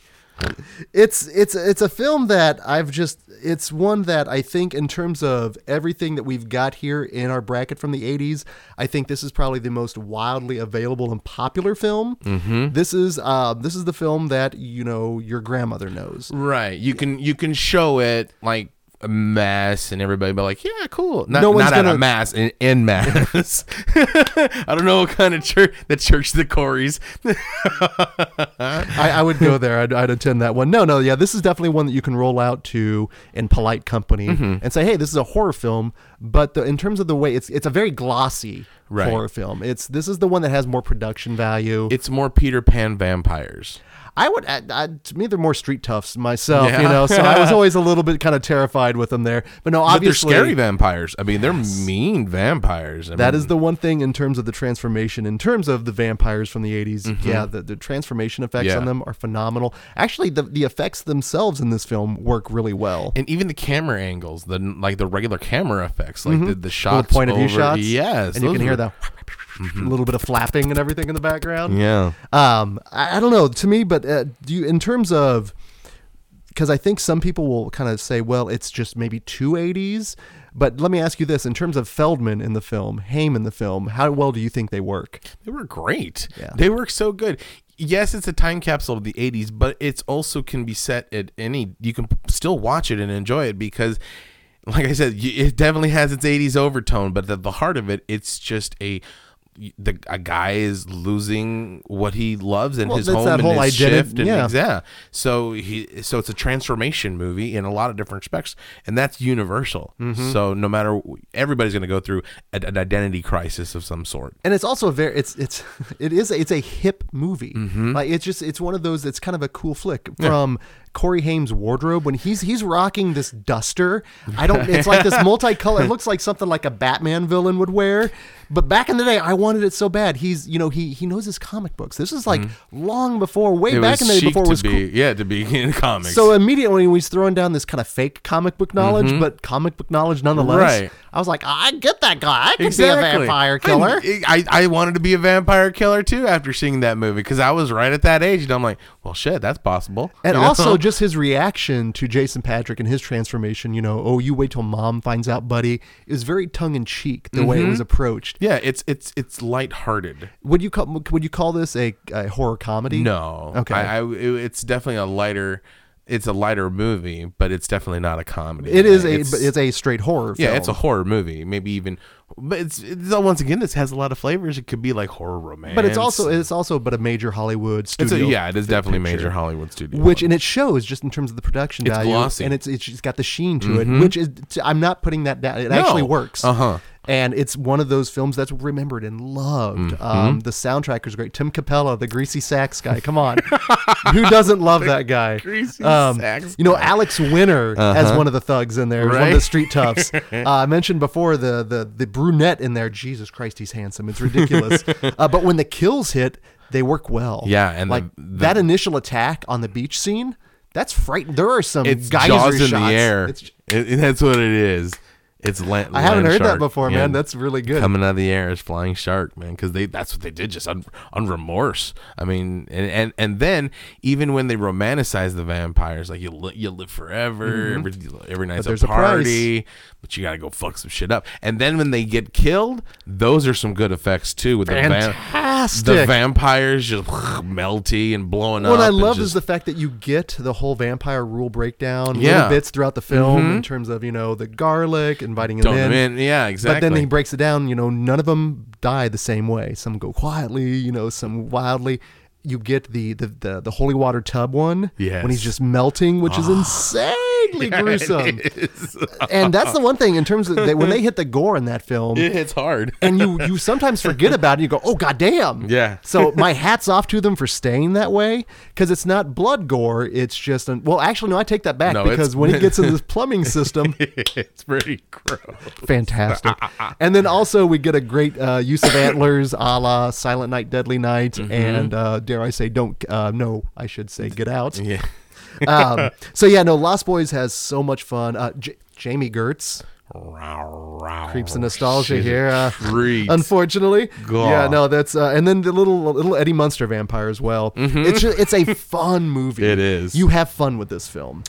B: it's it's it's a film that I've just it's one that I think in terms of everything that we've got here in our bracket from the 80s, I think this is probably the most wildly available and popular film. Mm-hmm. This is uh, this is the film that you know your grandmother knows.
C: Right. You can you can show it like a mass and everybody be like, yeah, cool. Not,
B: No one's
C: not at
B: gonna-
C: a mass in, in mass. I don't know what kind of church the church of the Coreys.
B: I, I would go there. I'd, I'd attend that one. No, no, yeah, this is definitely one that you can roll out to in polite company
C: Mm-hmm.
B: and say, "Hey, this is a horror film." But the, in terms of the way it's, it's a very glossy
C: Right.
B: horror film. It's this is the one that has more production value.
C: It's more Peter Pan vampires.
B: I would, I, I, to me, they're more street toughs myself, you
C: Yeah.
B: know. So I was always a little bit kind of terrified with them there. But no,
C: But they're
B: obviously,
C: scary Mm. vampires. I mean, they're mean vampires. I
B: That
C: mean,
B: is the one thing in terms of the transformation, in terms of the vampires from the 80s. Yeah, the, the transformation effects
C: Mm-hmm. Yeah.
B: on them are phenomenal. Actually, the, the effects themselves in this film work really well.
C: and even the camera angles, the like the regular camera effects, like the,
B: Mm-hmm.
C: the
B: Little
C: shots,
B: point of view
C: over-
B: shots.
C: Yes,
B: And you
C: those
B: can hear
C: were-
B: the little bit of flapping and everything in the background.
C: Yeah.
B: Um, I, I don't know. To me, but uh, do you, in terms of, because I think some people will kind of say, well, it's just maybe two 80s. But let me ask you this in terms of Feldman in the film, Haim in the film, how well do you think they work?
C: They were great.
B: Yeah.
C: They were so good. Yes, it's a time capsule of the 80s, but it's also can be set at any you can still watch it and enjoy it because like I said, y- it definitely has its 80s overtone, but at the heart of it, it's just a the a guy is losing what he loves and
B: Well,
C: his
B: that's
C: home
B: that
C: and
B: whole
C: his
B: identi-
C: shift and
B: yeah.
C: yeah. So he so it's a transformation movie in a lot of different respects, and that's universal.
B: Mm-hmm.
C: So no matter everybody's going to go through a- an identity crisis of some sort.
B: and it's also a very it's it's it is it's a hip movie
C: Mm-hmm.
B: like it's just it's one of those it's kind of a cool flick from corey haim's wardrobe when he's he's rocking this duster i don't it's like this multicolor it looks like something like a batman villain would wear but back in the day i wanted it so bad he's you know he he knows his comic books this is like long before way
C: Mm-hmm. It
B: back in
C: was
B: the day
C: chic
B: before it
C: to
B: was
C: be,
B: cool
C: Yeah, to be in comics.
B: so uh, immediately when he was throwing down this kind of fake comic book knowledge, but comic book knowledge nonetheless,
C: Mm-hmm. Right.
B: I was like, I get that guy. I could be a vampire killer.
C: I, I, I wanted to be a vampire killer too after seeing that movie because I was right at that age and I'm like, well, shit, that's possible.
B: And
C: You know?
B: also just his reaction to Jason Patrick and his transformation, you know, oh, you wait till mom finds out, buddy, is very tongue in cheek the way it
C: Mm-hmm.
B: was approached.
C: yeah, it's it's it's lighthearted.
B: Would you call would you call this a, a horror comedy?
C: No,
B: Okay.
C: I, I- it- it's definitely a lighter it's a lighter movie, but it's definitely not a comedy.
B: It is a
C: It's-
B: it's, it's a straight horror.
C: yeah,
B: film.
C: it's a horror movie. Maybe even, but it's, it's once again this has a lot of flavors. It could be like horror romance,
B: But it's also it's also but a major Hollywood
C: It's a-
B: studio.
C: yeah, it is definitely major Hollywood studio.
B: Which and it shows just in terms of the production
C: It's
B: value,
C: glossy. Mm-hmm.
B: and it's it's it's got the sheen to it, which is t- I'm not putting that down. It actually
C: No.
B: works.
C: Uh-huh.
B: And it's one of those films that's remembered and loved.
C: Mm-hmm.
B: Um, the soundtrack is great. Tim Capella, the greasy sax guy. Come on, who doesn't love that guy? Um,
C: greasy sax Uh-huh.
B: You know, Alex Winter as one of the thugs in there, as one of the
C: Right.
B: street toughs. uh, I mentioned before the the the brunette in there. Jesus Christ, he's handsome. It's ridiculous. uh, but when the kills hit, they work well.
C: Yeah, and the-
B: like
C: the-
B: that initial attack on the beach scene. That's frightening. There are some
C: it's
B: geyser
C: jaws in
B: shots.
C: the air.
B: It's-
C: It- it- that's what it is. It's land.
B: I haven't heard that before, man. That's really good.
C: coming out of the air is flying shark, man. Because they that's what they did, just un, unremorse. I mean, and, and and then even when they romanticize the vampires, like you li- you live forever, every every night's
B: Mm-hmm. there's
C: a
B: a price.
C: party, but you gotta go fuck some shit up. And then when they get killed, those are some good effects too. With
B: Fantastic.
C: the vamp, the vampires just melty and blowing up.
B: What I
C: and
B: love
C: just-
B: is the fact that you get the whole vampire rule breakdown
C: Yeah. Mm-hmm.
B: little bits throughout the film in terms of you know the garlic inviting him
C: Don't
B: in.
C: admit- yeah, exactly.
B: But then he breaks it down. You know, none of them die the same way. Some go quietly. You know, some wildly. You get the the the, the holy water tub one. When
C: Yes. Ah,
B: he's just melting, which is insanely gruesome. and that's the one thing in terms of that when they hit the gore in that film.
C: it hits hard.
B: and you, you sometimes forget about it. You go, oh goddamn!
C: Yeah.
B: So my hats off to them for staying that way because it's not blood gore. It's just an, well, actually, no, I take that back
C: No, it's-
B: because when it gets in this plumbing system,
C: it's pretty gross.
B: fantastic. And then also we get a great uh, use of antlers, a la Silent Night, Deadly Night,
C: Mm-hmm.
B: and uh, dare I say, don't uh, no, I should say, get out.
C: Yeah.
B: Um, so yeah, no, Lost Boys has so much fun. Uh, J- Jamie Gertz creeps the nostalgia here. Uh,
C: creeps.
B: Unfortunately,
C: Gaw.
B: yeah, no, that's uh, and then the little little Eddie Munster vampire as well. It's ju- it's a fun movie.
C: Mm-hmm. It is.
B: You have fun with this film.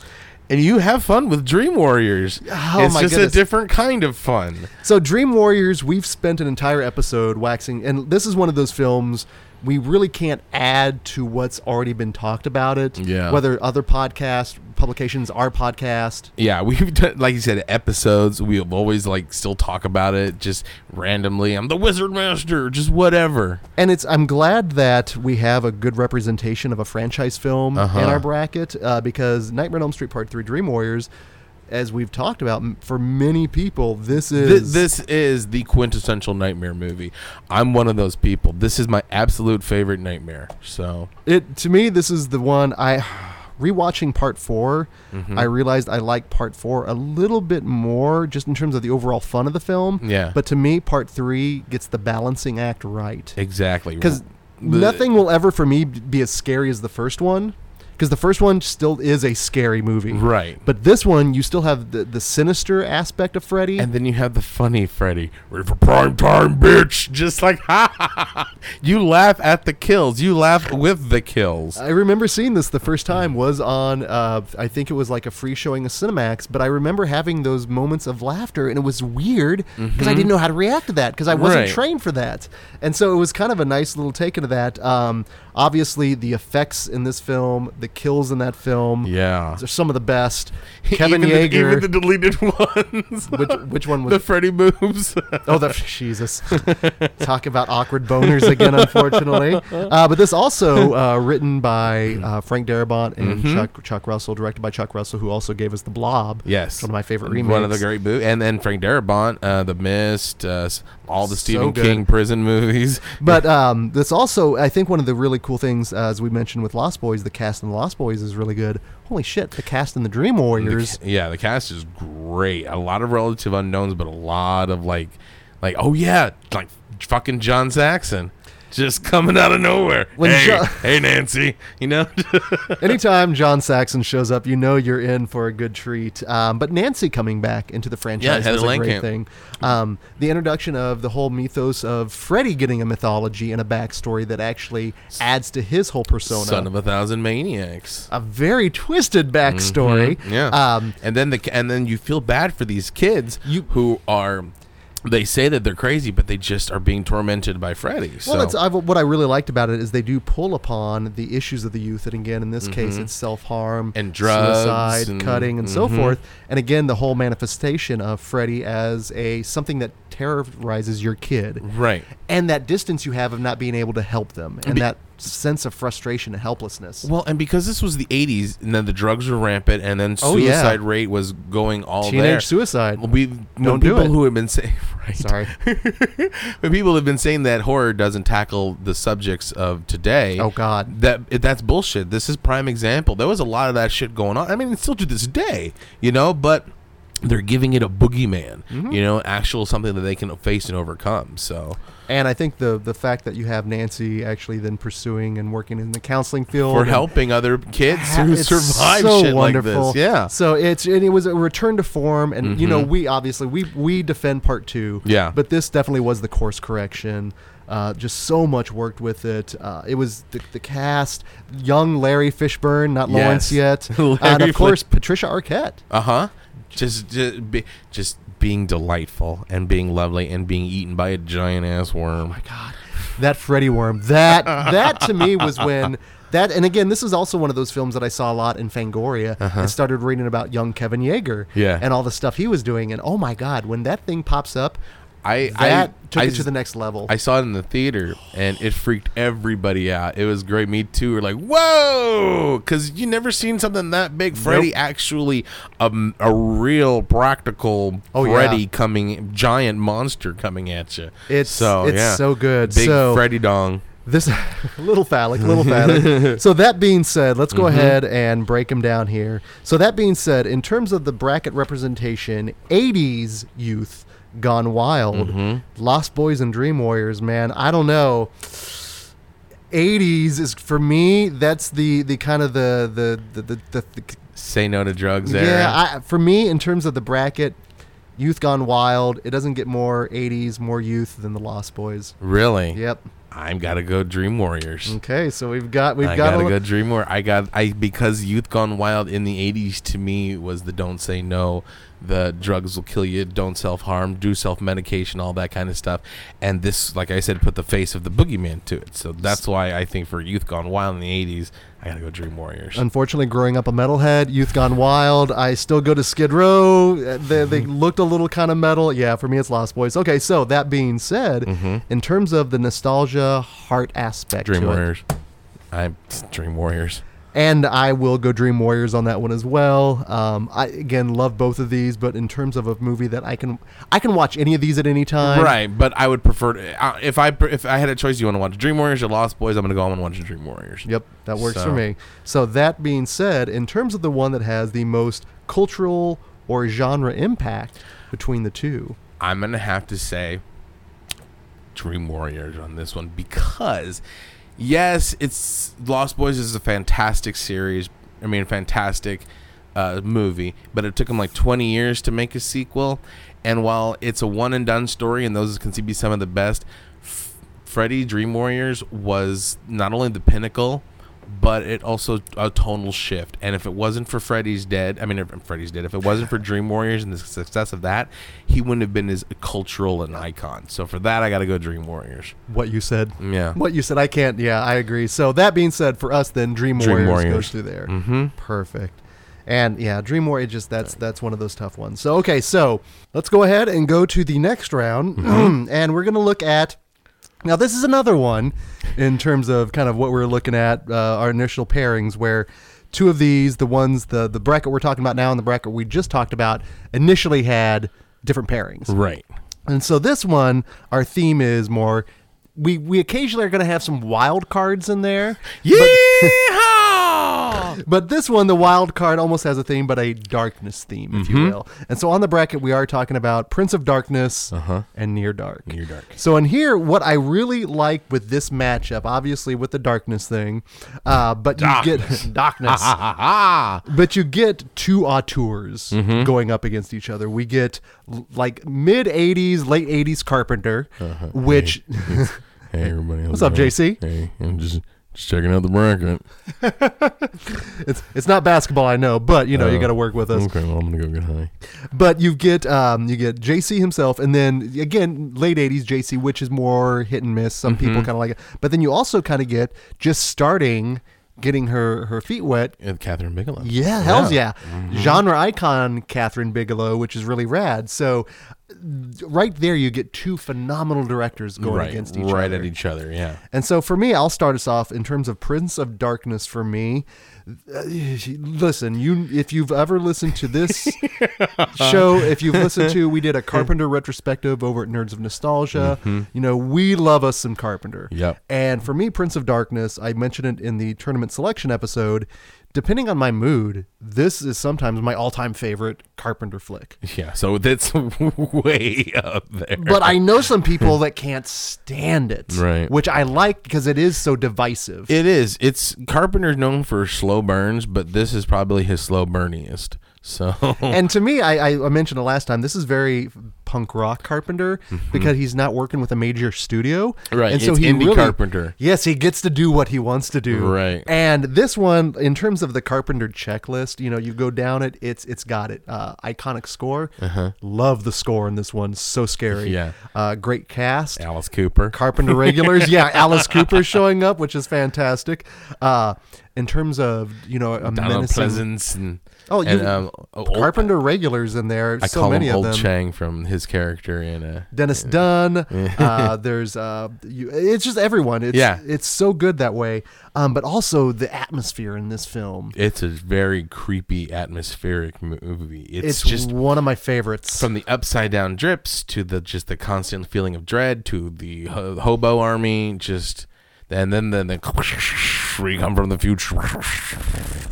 C: And you have fun with Dream Warriors.
B: Oh,
C: it's
B: my
C: just
B: goodness.
C: a different kind of fun.
B: So Dream Warriors, we've spent an entire episode waxing, and this is one of those films we really can't add to what's already been talked about it.
C: Yeah.
B: Whether other podcast publications, our podcast,
C: Yeah, we've done, like you said, episodes. We have always like still talk about it just randomly. I'm the Wizard Master, just whatever.
B: And it's I'm glad that we have a good representation of a franchise film
C: Uh-huh.
B: in our bracket uh, because Nightmare on Elm Street Part Three: Dream Warriors, as we've talked about m- for many people, this
C: Th-
B: is
C: this is the quintessential nightmare movie. I'm one of those people. This is my absolute favorite nightmare. So
B: it to me. This is the one I rewatching Part 4
C: Mm-hmm.
B: I realized I like Part Four a little bit more just in terms of the overall fun of the film.
C: Yeah.
B: but to me, Part Three gets the balancing act right.
C: exactly
B: because nothing will ever for me be as scary as the first one because the first one still is a scary movie
C: Right.
B: but this one you still have the, the sinister aspect of freddy
C: And then you have the funny Freddy. Ready for prime time, bitch! Just like ha ha ha! ha. You laugh at the kills. You laugh with the kills.
B: i remember seeing this the first time was on uh, i think it was like a free showing of cinemax but i remember having those moments of laughter and it was weird because i didn't know how to react to that because i wasn't
C: Mm-hmm. Right.
B: trained for that and so it was kind of a nice little take into that um, obviously the effects in this film the kills in that film
C: Yeah.
B: are some of the best kevin
C: even
B: yeager
C: The, even the deleted ones.
B: Which which one was?
C: the Freddy moves.
B: oh, the Jesus! Talk about awkward boners again, unfortunately. Uh, but this also uh, written by uh, Frank Darabont and
C: Mm-hmm.
B: Chuck Chuck Russell, directed by Chuck Russell, who also gave us the Blob.
C: yes.
B: It's one of my favorite remakes.
C: One of the great movies. And then Frank Darabont, uh, The Mist, uh, s- all the
B: So
C: Stephen
B: good.
C: King prison movies.
B: But um, that's also, I think, one of the really cool things, uh, as we mentioned with Lost Boys, the cast in Lost Boys is really good. Holy shit, the cast in the Dream Warriors.
C: Yeah, the cast is great. A lot of relative unknowns, but a lot of like, like oh yeah, like fucking John Saxon, just coming out of nowhere.
B: When
C: hey,
B: Jo-
C: hey Nancy, you know.
B: Anytime John Saxon shows up, you know you're in for a good treat. Um, but Nancy coming back into the
C: Yeah,
B: franchise
C: Heather
B: was a great
C: Langenkamp.
B: thing. Um, the introduction of the whole mythos of Freddy getting a mythology and a backstory that actually adds to his whole persona.
C: Son of a thousand maniacs.
B: a very twisted backstory.
C: Mm-hmm. Yeah.
B: Um,
C: and then the and then you feel bad for these kids who are they say that they're crazy, but they just are being tormented by Freddy. So
B: Well, that's i what I really liked about it is they do pull upon the issues of the youth, and again, in this case, it's self harm
C: Mm-hmm. And drugs
B: suicide,
C: and- Mm-hmm.
B: cutting, and so forth. And again, the whole manifestation of Freddy as a something that terrorizes your kid,
C: right.
B: and that distance you have of not being able to help them, and
C: Be-
B: that sense of frustration and helplessness.
C: Well, and because this was the '80s, and then the drugs were rampant, and then
B: Oh, yeah.
C: suicide rate was going all
B: Teenage
C: there.
B: suicide.
C: Well, we
B: Don't
C: when
B: do
C: people
B: it.
C: who have been saying, right?
B: Sorry.
C: when people have been saying that horror doesn't tackle the subjects of today.
B: Oh, God.
C: that it- that's bullshit. This is prime example. There was a lot of that shit going on. I mean, it's still to this day, you know, but. They're giving it a boogeyman,
B: Mm-hmm.
C: you know, actual something that they can face and overcome. So,
B: And I think the the fact that you have Nancy actually then pursuing and working in the counseling field
C: for
B: and-
C: helping other kids who
B: It's
C: survive
B: so
C: shit
B: wonderful.
C: like this, yeah, Mm-hmm.
B: So it's and it was a return to form, and you know we obviously we we defend part two.
C: Yeah.
B: But this definitely was the course correction. Uh, just so much worked with it. Uh, it was the, the cast, young Larry Fishburne, not Lawrence
C: Yes.
B: yet,
C: Larry
B: and of course
C: Fish-
B: Patricia Arquette.
C: Uh huh. Just just, be, just being delightful and being lovely and being eaten by a giant ass worm. Oh my god.
B: That Freddy worm. That that to me was when that and again this is also one of those films that I saw a lot in Fangoria and started reading about young Kevin Yeager
C: Uh-huh. Yeah.
B: and all the stuff he was doing and oh my god when that thing pops up
C: I
B: that
C: I,
B: took
C: I,
B: it to the next level.
C: I saw it in the theater and it freaked everybody out. It was great. Me too. We're like, whoa, because you never seen something that big. Freddy actually, um, a real practical
B: Oh, yeah.
C: Freddy coming, giant monster coming at you.
B: It's- it's so good.
C: Big
B: So-
C: Freddy dong.
B: this little phallic, little phallic. so that being said, let's go ahead and break them down here. So that being said, in terms of the bracket representation, 80s youth gone wild, Lost Boys and Dream Warriors, man, I don't know. 80s is for me that's the the kind of the the the, the, the, the
C: Say no to drugs. era.
B: yeah, I, for me, in terms of the bracket, Youth Gone Wild, it doesn't get more 80s, more youth than the Lost Boys.
C: really.
B: Yep.
C: I'm gotta go Dream Warriors.
B: Okay, so we've got we've
C: I
B: got
C: gotta
B: a,
C: go Dream War. I got I because Youth Gone Wild in the '80s to me was the don't say no, the drugs will kill you, don't self harm, do self medication, all that kind of stuff. And this, like I said, put the face of the boogeyman to it. So that's why I think for Youth Gone Wild in the '80s, I gotta go Dream Warriors.
B: Unfortunately, growing up a metalhead, Youth Gone Wild, I still go to Skid Row. Uh, They, they
C: Mm-hmm.
B: looked a little kind of metal. Yeah, for me, it's Lost Boys. Okay, so that being said, in terms of the nostalgia heart aspect,
C: Mm-hmm. Dream
B: to it,
C: Warriors. I'm Dream Warriors.
B: and I will go Dream Warriors on that one as well. Um, I again love both of these, but in terms of a movie that I can I can watch any of these at any time.
C: Right, but I would prefer to, uh, if I pre- if I had a choice. You want to watch Dream Warriors or Lost Boys? I'm gonna go home and watch Dream Warriors.
B: Yep, that works for
C: So-
B: me. So that being said, in terms of the one that has the most cultural or genre impact between the two.
C: I'm gonna have to say Dream Warriors on this one because yes, it's Lost Boys is a fantastic series. I mean, fantastic uh, movie, but it took them like 20 years to make a sequel. And while it's a one and done story, and those can be some of the best, F- Freddy Dream Warriors was not only the pinnacle, but it also a tonal shift. And if it wasn't for Freddy's Dead, I mean, if Freddy's Dead, if it wasn't for Dream Warriors and the success of that, he wouldn't have been as cultural an icon. So for that, I got to go Dream Warriors.
B: what you said.
C: Yeah.
B: What you said. I can't. Yeah, I agree. So that being said, for us then, Dream,
C: Dream
B: Warriors,
C: Warriors.
B: goes through there. Mm-hmm. Perfect. And yeah, Dream Warrior just that's that's one of those tough ones. So okay, so let's go ahead and go to the next round,
C: Mm-hmm.
B: and we're gonna look at. Now this is another one, in terms of kind of what we're looking at uh, our initial pairings, where two of these, the ones the the bracket we're talking about now and the bracket we just talked about, initially had different pairings.
C: Right.
B: And so this one, our theme is more. We we occasionally are going to have some wild cards in there,
C: Yeehaw!
B: but this one, the wild card, almost has a theme, but a darkness theme, if
C: Mm-hmm.
B: you will. And so on the bracket, we are talking about Prince of Darkness and Near Dark.
C: Uh-huh. Near Dark.
B: So in here, what I really like with this matchup, obviously with the darkness thing, uh, but you get darkness.
C: Ah,
B: But you get two auteurs
C: Mm-hmm.
B: going up against each other. We get l- like mid 80s, late 80s Carpenter, which
C: Uh-huh. hey everybody.
B: What's up, JC?
C: Hey, I'm just Just checking out the bracket.
B: It's it's not basketball, I know, but you know you
C: Oh.
B: got to work with us.
C: Okay, well, I'm gonna go get high.
B: But you get um, you get JC himself, and then again late '80s JC, which is more hit and miss. Some
C: Mm-hmm.
B: people kind of like it, but then you also kind of get just starting getting her her feet wet.
C: And Catherine Bigelow.
B: Yeah, hell's yeah,
C: Mm-hmm.
B: genre icon Catherine Bigelow, which is really rad. So right there, you get two phenomenal directors going
C: Right,
B: against each other,
C: right at each other. Yeah.
B: And so for me, I'll start us off in terms of Prince of Darkness. For me, uh, listen, you if you've ever listened to this show, if you've listened to, we did a Carpenter retrospective over at Nerds of Nostalgia. You know, we love us some Carpenter.
C: Mm-hmm. Yep.
B: And for me, Prince of Darkness, I mentioned it in the tournament selection episode. Depending on my mood, this is sometimes my all-time favorite Carpenter flick.
C: Yeah. So that's way up there.
B: But I know some people that can't stand it,
C: Right.
B: which I like because it is so divisive.
C: It is. It's Carpenter's known for slow burns, but this is probably his slow burniest. So
B: and to me, I, I- I mentioned it last time. This is very punk rock Carpenter because he's not working with a major studio,
C: Mm-hmm. Right,
B: And so
C: it's
B: he
C: indie
B: really-
C: Carpenter.
B: Yes, he gets to do what he wants to do,
C: Right.
B: And this one, in terms of the Carpenter checklist, you know, you go down it. It's it's got it. Uh, iconic score. Love the score in this one. So scary.
C: Uh-huh. Yeah.
B: Uh, great cast.
C: Alice Cooper.
B: Carpenter regulars. yeah, Alice Cooper showing up, which is fantastic. Uh, in terms of you know a
C: Donald
B: menacing
C: Pleasance and
B: Oh, you-
C: and, um, old-
B: Carpenter regulars in there.
C: I
B: so
C: call
B: many
C: him Old
B: of them.
C: Chang from his character in a
B: Dennis Dunn. uh, there's uh, you, it's just everyone. It's,
C: Yeah.
B: it's so good that way. Um, but also the atmosphere in this film.
C: it's a very creepy atmospheric movie. It's,
B: It's,
C: just
B: just one of my favorites.
C: from the upside down drips to the just the constant feeling of dread to the ho- hobo army just and then then the we come from the future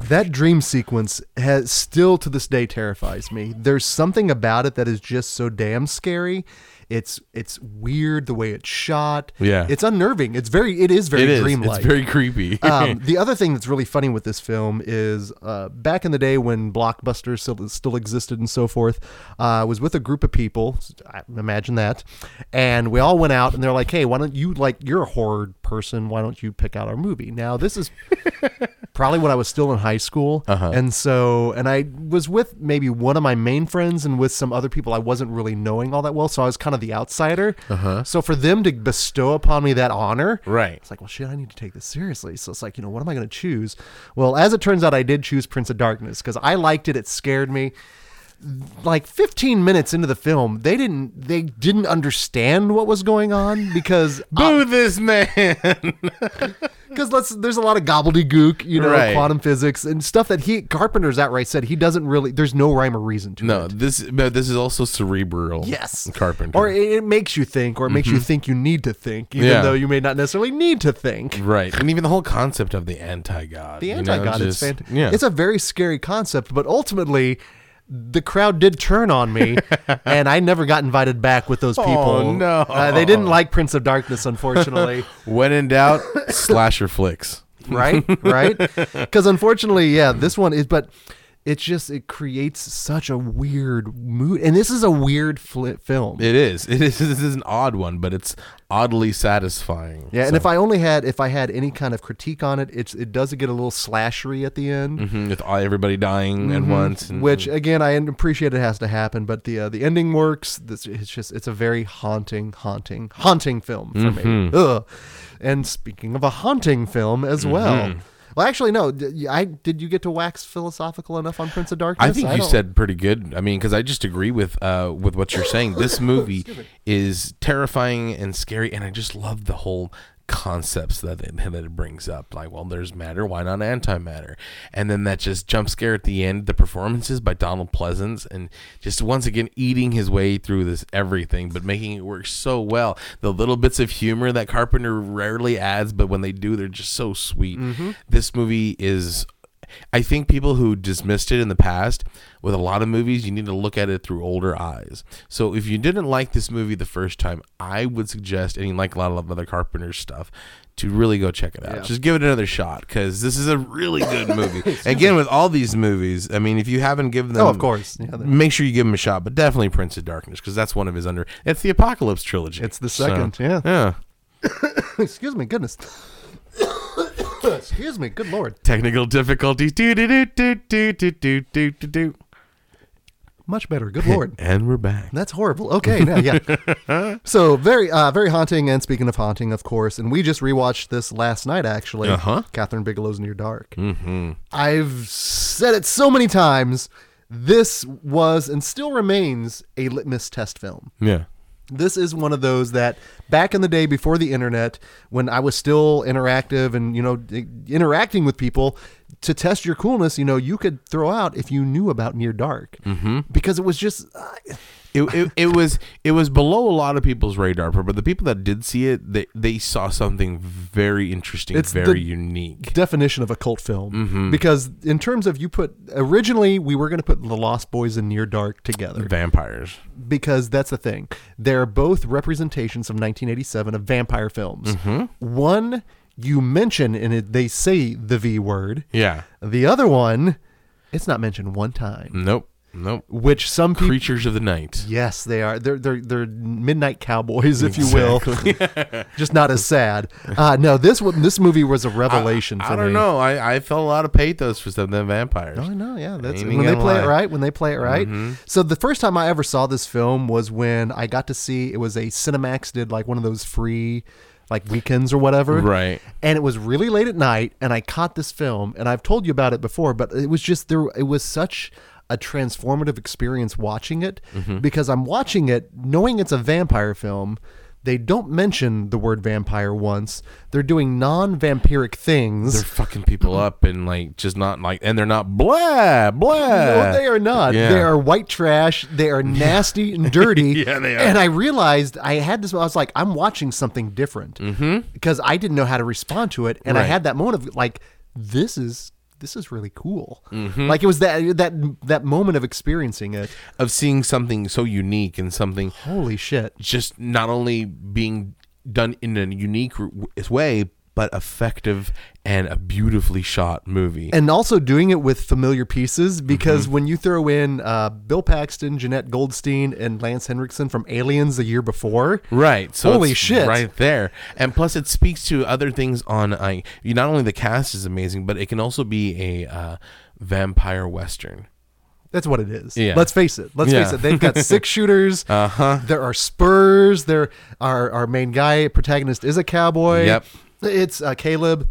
B: that dream sequence has still to this day terrifies me. There's something about it that is just so damn scary. It's it's weird the way it's shot.
C: Yeah.
B: it's unnerving. It's very it is very
C: it is
B: dreamlike.
C: it's very creepy
B: um, the other thing that's really funny with this film is uh, back in the day when Blockbuster still, still existed and so forth, uh, I was with a group of people. I- Imagine that. And we all went out and they're like, hey, why don't you, like, you're a horror person. Why don't you pick out our movie? Now, this is probably when I was still in high school. And so, and I was with maybe one of my main friends and with some other people I wasn't really knowing all that well. So I was kind of the outsider. So for them to bestow upon me that honor,
C: Right.
B: it's like, well, shit, I need to take this seriously. So it's like, you know, what am I going to choose? Well, as it turns out, I did choose Prince of Darkness because I liked it. It scared me. Like 15 minutes into the film, they didn't they didn't understand what was going on because
C: boo this man
B: because let's there's a lot of gobbledygook, you know,
C: Right.
B: quantum physics and stuff that he Carpenter's outright said he doesn't really. There's no rhyme or reason to
C: no
B: it.
C: this but this is also cerebral
B: Yes,
C: carpenter Mm-hmm.
B: Or it, it makes you think, or it makes you think you need to think, even
C: Yeah.
B: though you may not necessarily need to think.
C: right and even the whole concept of the anti-god
B: The
C: you know,
B: anti-god is
C: just-
B: fantastic.
C: yeah
B: It's a very scary concept, but ultimately the crowd did turn on me and I never got invited back with those people.
C: Oh, no.
B: Uh, they didn't like Prince of Darkness unfortunately.
C: when in doubt slasher flicks
B: right? Right? Cuz unfortunately, yeah, this one is but it's just it creates such a weird mood and this is a weird fli film.
C: it is it is this is an odd one but it's oddly satisfying
B: yeah, and if I only had if I had any kind of critique on it, it's it does get a little slashery at the end.
C: Mhm, with all, everybody dying at once and,
B: which again I appreciate it has to happen, but the uh, the ending works. This it's just it's a very haunting, haunting, haunting film for me.
C: Mm-hmm.
B: Ugh. And speaking of a haunting film as well, well, actually no, d- I did you get to wax philosophical enough on Prince of Darkness?
C: I think you
B: don't-
C: said pretty good. I mean, because I just agree with uh, with what you're saying. This movie is terrifying and scary, and I just love the whole concepts that it, that it brings up. Like, well, there's matter, why not antimatter? And then that just jump scare at the end. The performances by Donald Pleasance, and just once again eating his way through this everything, but making it work so well. The little bits of humor that Carpenter rarely adds, but when they do, they're just so sweet. This movie is I think people who dismissed it in the past with a lot of movies, you need to look at it through older eyes. So if you didn't like this movie the first time, I would suggest, and you like a lot of other Carpenter's stuff, to really go check it out. Just give it another shot because this is a really good movie. Again, with all these movies, I mean, if you haven't given them,
B: Oh, of course. Yeah, they're-
C: make sure you give them a shot. But definitely Prince of Darkness because that's one of his under. It's the Apocalypse trilogy.
B: It's the
C: So,
B: second, yeah.
C: yeah.
B: Excuse me, goodness. Excuse me. Good lord.
C: Technical difficulties. Do do do do do do do do do do.
B: Much better. Good lord.
C: And we're back.
B: That's horrible. Okay, now yeah. so very, uh, very haunting. And speaking of haunting, of course, and we just rewatched this last night actually.
C: Uh-huh.
B: Catherine Bigelow's Near Dark. Mm-hmm. I've said it so many times. This was and still remains a litmus test film.
C: Yeah.
B: This is one of those that back in the day before the internet, when I was still interactive and you know i- interacting with people to test your coolness, you know you could throw out if you knew about Near Dark mm-hmm. because it was just uh,
C: It, it, it was it was below a lot of people's radar, but the people that did see it, they, they saw something very interesting,
B: It's the-
C: very unique.
B: definition of a cult film
C: Mm-hmm.
B: because in terms of you put originally we were going to put the Lost Boys and Near Dark together
C: Vampires.
B: because that's the thing they're both representations of 1987 of vampire films.
C: Mm-hmm.
B: One you mention and it, they say the V word.
C: Yeah.
B: The other one, it's not mentioned one time,
C: Nope. Nope.
B: which some people.
C: Creatures of the night.
B: Yes, they are. They're they're they're midnight cowboys, if you will. Just not as sad. Uh, no, this one, this movie was a revelation for
C: I don't
B: me.
C: know. I, I felt a lot of pathos for some of them vampires.
B: I know, yeah. That's
C: Ain't
B: when
C: even
B: they
C: gonna
B: play it
C: lie.
B: right. When they play it right. So the first time I ever saw this film was when I got to see it was a Cinemax did like one of those free like weekends or whatever.
C: Right.
B: And it was really late at night and I caught this film and I've told you about it before, but it was just there it was such a transformative experience watching it because I'm watching it knowing it's a vampire film. They don't mention the word vampire once. They're doing non-vampiric things.
C: They're fucking people up and like just not like, and they're not blah blah.
B: No, they are not.
C: Yeah.
B: They are white trash. They are nasty and dirty.
C: Yeah, they are.
B: And I realized I had this. I was like, I'm watching something different because I didn't know how to respond to it, and I
C: Mm-hmm. Right.
B: had that moment of like, this is this is really cool.
C: Mm-hmm.
B: Like it was that that that moment of experiencing it.
C: of seeing something so unique and something
B: Holy shit!
C: just not only being done in a unique r- w- way, but effective and a beautifully shot movie.
B: and also doing it with familiar pieces because
C: Mm-hmm.
B: when you throw in uh, Bill Paxton, Jeanette Goldstein, and Lance Henriksen from Aliens the year before,
C: Right. So
B: Holy
C: it's
B: shit.
C: Right there. And plus it speaks to other things on I you not only the cast is amazing, but it can also be a uh, vampire western.
B: That's what it is.
C: Yeah.
B: Let's face it. Let's
C: Yeah. Uh-huh.
B: face it. They've got six shooters. Uh huh. There are spurs. There, our our main guy protagonist is a cowboy.
C: Yep.
B: It's uh, Caleb.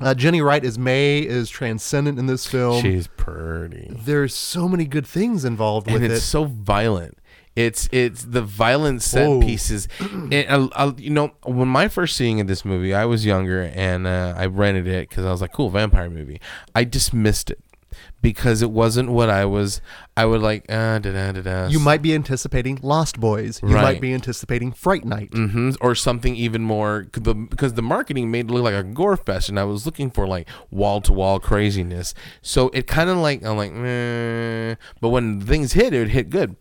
B: Uh, Jenny Wright is May is transcendent in this film.
C: She's pretty.
B: There's so many good things involved
C: and
B: with
C: it's
B: it.
C: so violent. It's it's the violent set
B: Oh.
C: pieces. It, I, I- you know, when my first seeing of this movie, I was younger and uh, I rented it because I was like, "Cool vampire movie." I dismissed it because it wasn't what I was. I would like uh, da da da da.
B: you might be anticipating Lost Boys. You might
C: Right.
B: be anticipating Fright Night.
C: hmm or something even more c- the- because the marketing made it look like a gore fest and i was looking for like wall-to-wall craziness so it kind of like i'm like Meh. but when things hit it would hit good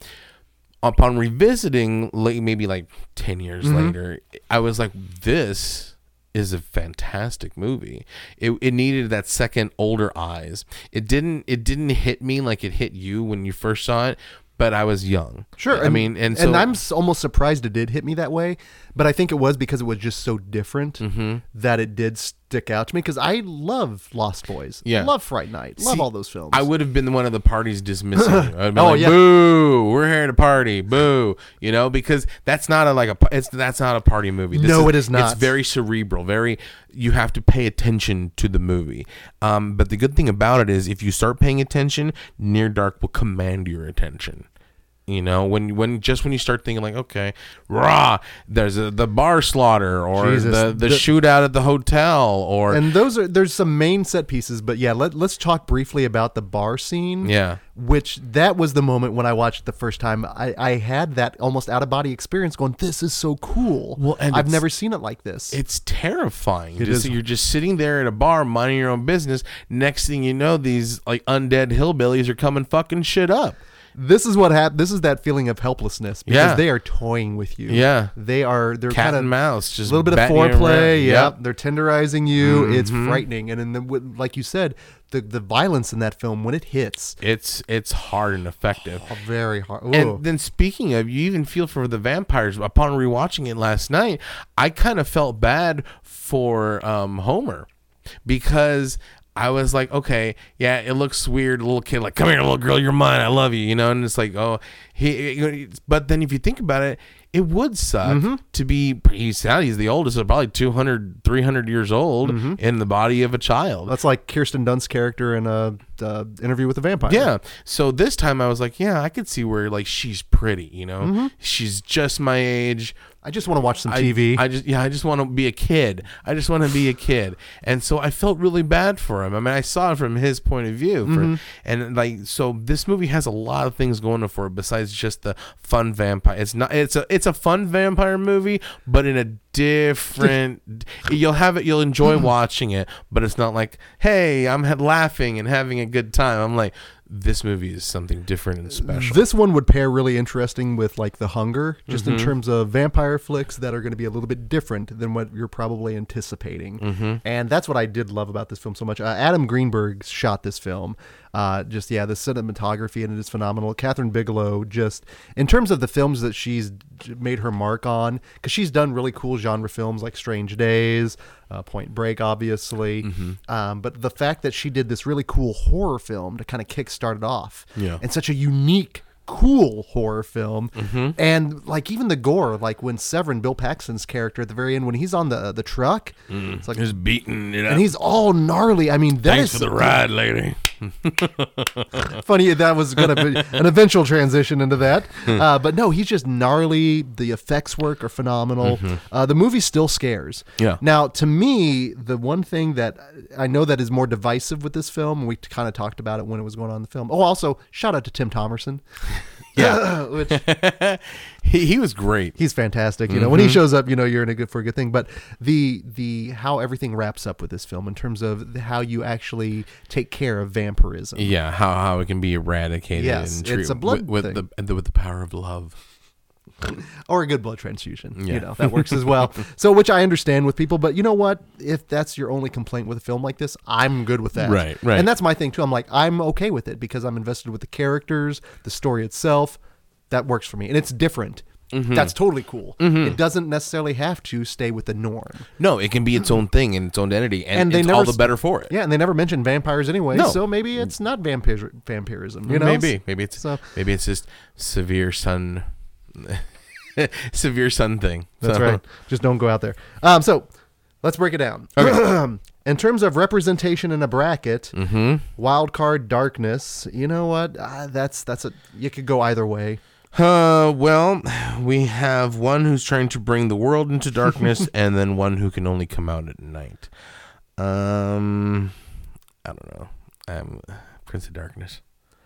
C: upon revisiting like maybe like 10 years later i was like this is a fantastic movie it, it needed that second older eyes it didn't it didn't hit me like it hit you when you first saw it but i was young
B: Sure.
C: i mean and so
B: and I'm s- almost surprised it did hit me that way, but I think it was because it was just so different
C: Mm-hmm.
B: that it did stick out to me. Because I love Lost Boys.
C: Yeah.
B: Love Fright Night. Love
C: See,
B: all those films.
C: I would have been one of the parties dismissing you. I'd been
B: Oh,
C: like,
B: yeah.
C: boo, we're here to party, boo. You know, because that's not a like a pa- it's that's not a party movie. This
B: No, it is not.
C: It's very cerebral. Very, you have to pay attention to the movie. Um, but the good thing about it is, if you start paying attention, Near Dark will command your attention. You know, when when just when you start thinking like, okay, raw, there's a, the bar slaughter or
B: Jesus,
C: the, the
B: the-
C: shootout at the hotel or
B: and those are there's some main set pieces, but yeah, let, let's talk briefly about the bar scene.
C: Yeah.
B: which that was the moment when I watched it the first time. I, I had that almost out of body experience, going, "This is so cool."
C: Well, and
B: I've
C: it's-
B: never seen it like this.
C: It's terrifying. Just-
B: is.
C: You're just sitting there at a bar, minding your own business. Next thing you know, these like undead hillbillies are coming fucking shit up.
B: this is what happened. This is that feeling of helplessness because
C: Yeah.
B: they are toying with you.
C: Yeah.
B: they are. They're
C: Cat
B: kind of
C: and mouse, just
B: a little bit of
C: batting you
B: foreplay.
C: around.
B: Yeah,
C: Yep. Mm-hmm.
B: they're tenderizing you. It's frightening, and in the with- like you said, the the violence in that film when it hits,
C: It's it's hard and
B: Oh,
C: effective.
B: very hard. Ooh.
C: And then speaking of, you even feel for the vampires. Upon rewatching it last night, I kind of felt bad for um, Homer because I was like, okay, yeah, it looks weird. Little kid, like, come here, little girl, you're mine. I love you, you know. And it's like, oh, he. he- But then if you think about it, it would suck to be. He's now he's the oldest, so probably 200, 300 years old in the body of a child.
B: That's like Kirsten Dunst's character in a uh, interview with a vampire.
C: Yeah. So this time I was like, yeah, I could see where like she's pretty, you know, she's just my age.
B: I just want to watch some
C: I-
B: TV.
C: I, just yeah, I just want to be a kid. I just want to be a kid, and so I felt really bad for him. I mean, I saw it from his point of view, for, and like so, this movie has a lot of things going for it besides just the fun vampire. It's not it's a it's a fun vampire movie, but in a different. you'll have it. You'll enjoy watching it, but it's not like hey, I'm ha- laughing and having a good time. I'm like this movie is something different and special.
B: this one would pair really interesting with like The Hunger, just
C: Mm-hmm.
B: in terms of vampire flicks that are going to be a little bit different than what you're probably anticipating.
C: Mm-hmm.
B: And that's what I did love about this film so much. Uh, Adam Greenberg shot this film. Uh, just yeah, the cinematography in it is phenomenal. Catherine Bigelow, just in terms of the films that she's j- made her mark on, because she's done really cool genre films like Strange Days, uh, Point Break, obviously.
C: Mm-hmm.
B: Um, but the fact that she did this really cool horror film to kind of kickstart it off,
C: Yeah.
B: and such a unique cool horror film
C: Mm-hmm.
B: and like even the gore like when severin bill paxton's character at the very end when he's on the the truck it's like
C: Just beating it up.
B: and he's all gnarly i mean that is
C: Mm. Thanks for the ride, lady.
B: funny that was gonna be an eventual transition into that
C: Hmm.
B: uh, but no he's just gnarly the effects work are phenomenal uh, the movie still scares
C: Mm-hmm. Yeah.
B: now to me the one thing that i know that is more divisive with this film we kind of talked about it when it was going on in the film oh also shout out to tim thomerson
C: Yeah.
B: which
C: he, he was great.
B: he's fantastic. You know, when he
C: Mm-hmm.
B: shows up, you know you're in a good for a good thing. But the the how everything wraps up with this film in terms of the- how you actually take care of vampirism.
C: Yeah, how how it can be eradicated.
B: Yes,
C: and treat-
B: it's a blood
C: with,
B: thing.
C: with the, the with the power of love.
B: or a good blood transfusion. You
C: Yeah.
B: know, that works as well. so, which I understand with people, but you know what? If that's your only complaint with a film like this, I'm good with that.
C: Right, right.
B: And that's my thing too. I'm like, I'm okay with it because I'm invested with the characters, the story itself. That works for me. And it's different.
C: Mm-hmm.
B: That's totally cool. It doesn't necessarily have to stay with the norm.
C: No, it can be its own thing and its own entity, and,
B: And they
C: it's
B: never
C: all the
B: s-
C: better for it.
B: Yeah, and they never mention vampires anyway,
C: No.
B: so maybe it's not vampir- vampirism, you know?
C: maybe maybe it's
B: so-
C: maybe it's just severe sun, severe sun thing.
B: That's
C: So-
B: right. Just don't go out there. Um, so let's break it down. in terms of representation in a bracket,
C: Mm-hmm.
B: wild card darkness. You know what? Uh, that's that's a you could go either way.
C: Uh, well, we have one who's trying to bring the world into darkness, and then one who can only come out at night. Um, I don't know. I'm Prince of Darkness.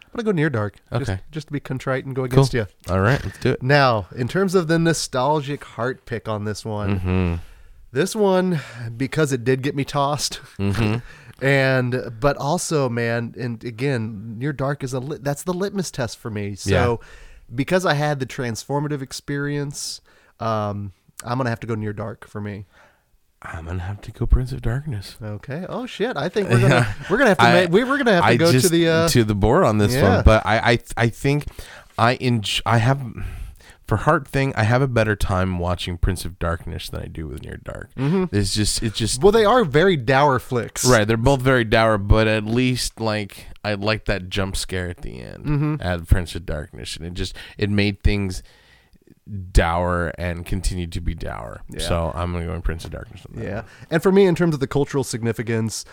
B: I'm gonna go near dark. Just-
C: Okay.
B: Just, to be contrite and go against you.
C: All right, let's do it.
B: Now, in terms of the nostalgic heart pick on this one,
C: Mm-hmm.
B: this one because it did get me tossed,
C: Mm-hmm.
B: and but also, man, and again, Near Dark is a lit, that's the litmus test for me. So, because I had the transformative experience, um, I'm gonna have to go Near Dark for me.
C: I'm gonna have to go Prince of Darkness.
B: Okay. Oh shit! I think we're gonna we're gonna have to
C: I-
B: ma- we we're gonna have to
C: I
B: go to
C: just-
B: the uh,
C: to the board on this
B: Yeah.
C: one, but I I I think I enj- I have for heart thing I have a better time watching Prince of Darkness than I do with Near Dark.
B: Mm-hmm.
C: It's just it's just
B: well, they are very dour flicks,
C: right. They're both very dour, but at least like I like that jump scare at the end
B: Mm-hmm.
C: at Prince of Darkness, and it just it made things dour and continued to be dour. So I'm gonna go in Prince of Darkness. On that.
B: Yeah. And for me, in terms of the cultural significance,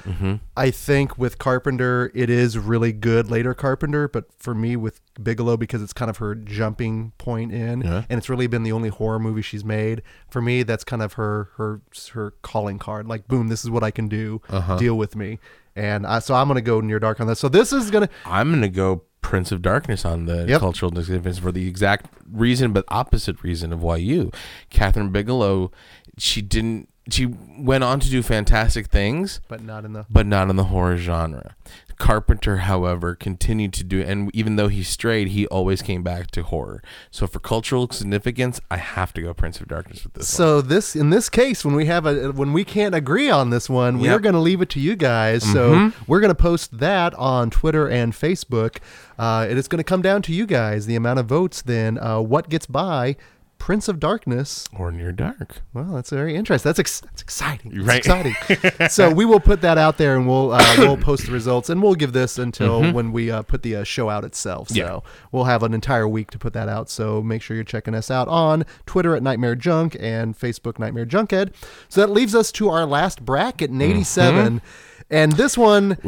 B: I think with Carpenter, it is really good later Carpenter. But for me, with Bigelow, because it's kind of her jumping point in, and it's really been the only horror movie she's made. For me, that's kind of her her her calling card. Like, boom, this is what I can do. Deal with me. And I, so I'm gonna go near dark on that. So this is gonna
C: I'm gonna go Prince of Darkness on the
B: Yep.
C: cultural significance for the exact reason, but opposite reason of why you, Catherine Bigelow, she didn't. She went on to do fantastic things,
B: but not in the
C: but not in the horror genre. Carpenter, however, continued to do, and even though he strayed, he always came back to horror. So for cultural significance, I have to go Prince of Darkness with this. one.
B: So this in this case, when we have a when we can't agree on this one, we're
C: Yep. Mm-hmm.
B: going to leave it to you guys. So we're going to post that on Twitter and Facebook. Uh, it is going to come down to you guys the amount of votes. Then uh, what gets by. Prince of Darkness.
C: or near dark.
B: Well, that's very interesting. That's, ex- that's exciting. That's
C: Right.
B: exciting. so we will put that out there, and we'll uh, we'll post the results, and we'll give this until when we uh, put the uh, show out itself. So
C: Mm-hmm. Yeah.
B: we'll have an entire week to put that out. So make sure you're checking us out on Twitter at Nightmare Junk and Facebook Nightmare Junkhead. So that leaves us to our last bracket
C: Mm-hmm.
B: in '87, and this one.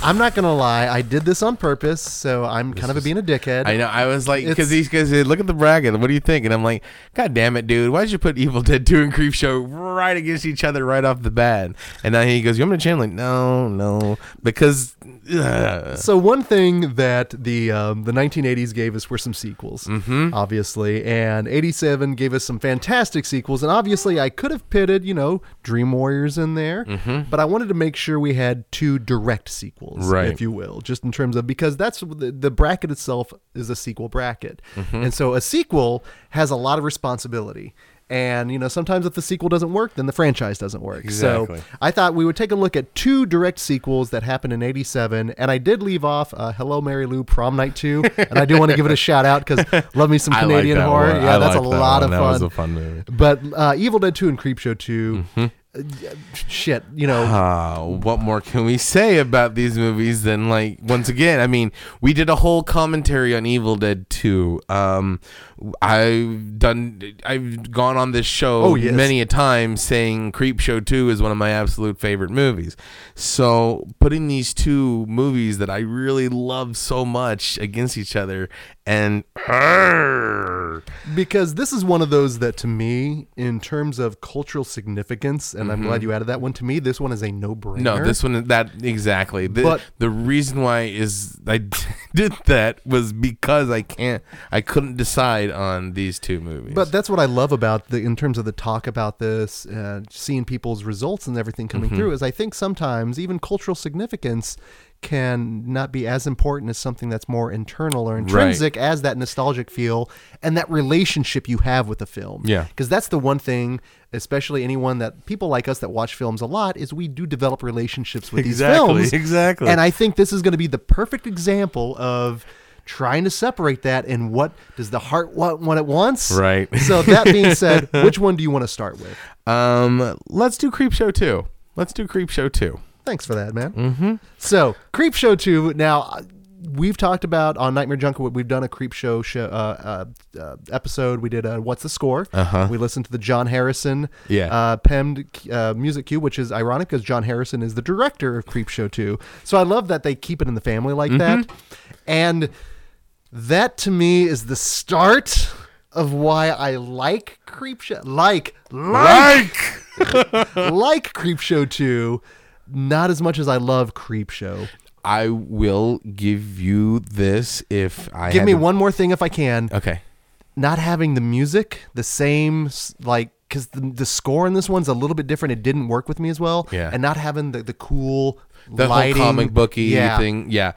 B: I'm not gonna lie. I did this on purpose, so I'm kind of a, being a dickhead.
C: I know. I was like,
B: It's-
C: because these guys said, look at the bracket. What do you think? And I'm like, God damn it, dude. Why did you put Evil Dead 2 and Creep Show right against each other right off the bat? And then he goes, You want me to change? I'm like, no, no. Because. ugh."
B: So one thing that the um, the 1980s gave us were some sequels, obviously, and 87 gave us some fantastic sequels, and obviously I could have pitted, you know, Dream Warriors in there, but I wanted to make sure we had two direct sequels,
C: Right.
B: if you will, just in terms of because that's the, the bracket itself is a sequel bracket, and so a sequel has a lot of responsibility. And you know, sometimes if the sequel doesn't work, then the franchise doesn't work.
C: Exactly.
B: So I thought we would take a look at two direct sequels that happened in '87, and I did leave off uh, "Hello, Mary Lou" prom night two, and I do want to give it a shout out because love me some
C: I like
B: Canadian
C: that
B: horror.
C: one.
B: Yeah,
C: I
B: that's a
C: like that
B: lot
C: one.
B: of
C: That
B: fun.
C: was a fun Mm-hmm. movie.
B: But uh, Evil Dead Two and Creepshow 2 uh, yeah, shit, you know,
C: Uh, what more can we say about these movies than like once again? I mean, we did a whole commentary on Evil Dead 2. Um, I've done, I've gone on this show
B: Oh, yes.
C: many a time saying Creep Show 2 is one of my absolute favorite movies. So putting these two movies that I really love so much against each other and
B: because this is one of those that, to me, in terms of cultural significance, and
C: Mm-hmm.
B: I'm glad you added that one. To me, this one is a no-brainer.
C: No, this one that exactly. The,
B: But-
C: the reason why is I did that was because I can't I couldn't decide on these two movies.
B: But that's what I love about the in terms of the talk about this, uh, seeing people's results and everything
C: Mm-hmm.
B: coming through. Is I think sometimes even cultural significance can not be as important as something that's more internal or intrinsic as that nostalgic feel and that relationship you have with the film.
C: Yeah.
B: because that's the one thing, especially anyone that people like us that watch films a lot is we do develop relationships with
C: Exactly,
B: these films.
C: exactly.
B: and I think this is going to be the perfect example of. Trying to separate that and what does the heart want what it wants,
C: Right.
B: so that being said, which one do you want to start with?
C: um, let's do Creep Show two. Let's do Creep Show two.
B: Thanks for that, man. Mm-hmm. So, Creep Show 2. Now, uh, we've talked about on Nightmare Junket, we've done a Creep Show, show uh, uh, uh, episode. We did a What's the Score? Uh-huh. We listened to the John Harrison
C: Yeah.
B: uh, PEMD uh, music cue, which is ironic because John Harrison is the director of Creep Show 2. So, I love that they keep it in the family like that. And that to me is the start of why I like Creep Show. Like, like. like Creepshow 2, not as much as I love Creepshow.
C: I will give you this if I
B: Give
C: had
B: me
C: to-
B: one more thing if I can.
C: Okay.
B: Not having the music, the same, s- like, because the, the score in this one's a little bit different. It didn't work with me as well.
C: Yeah.
B: And not having the, the cool
C: the
B: lighting.
C: whole comic booky
B: yeah.
C: thing. Yeah,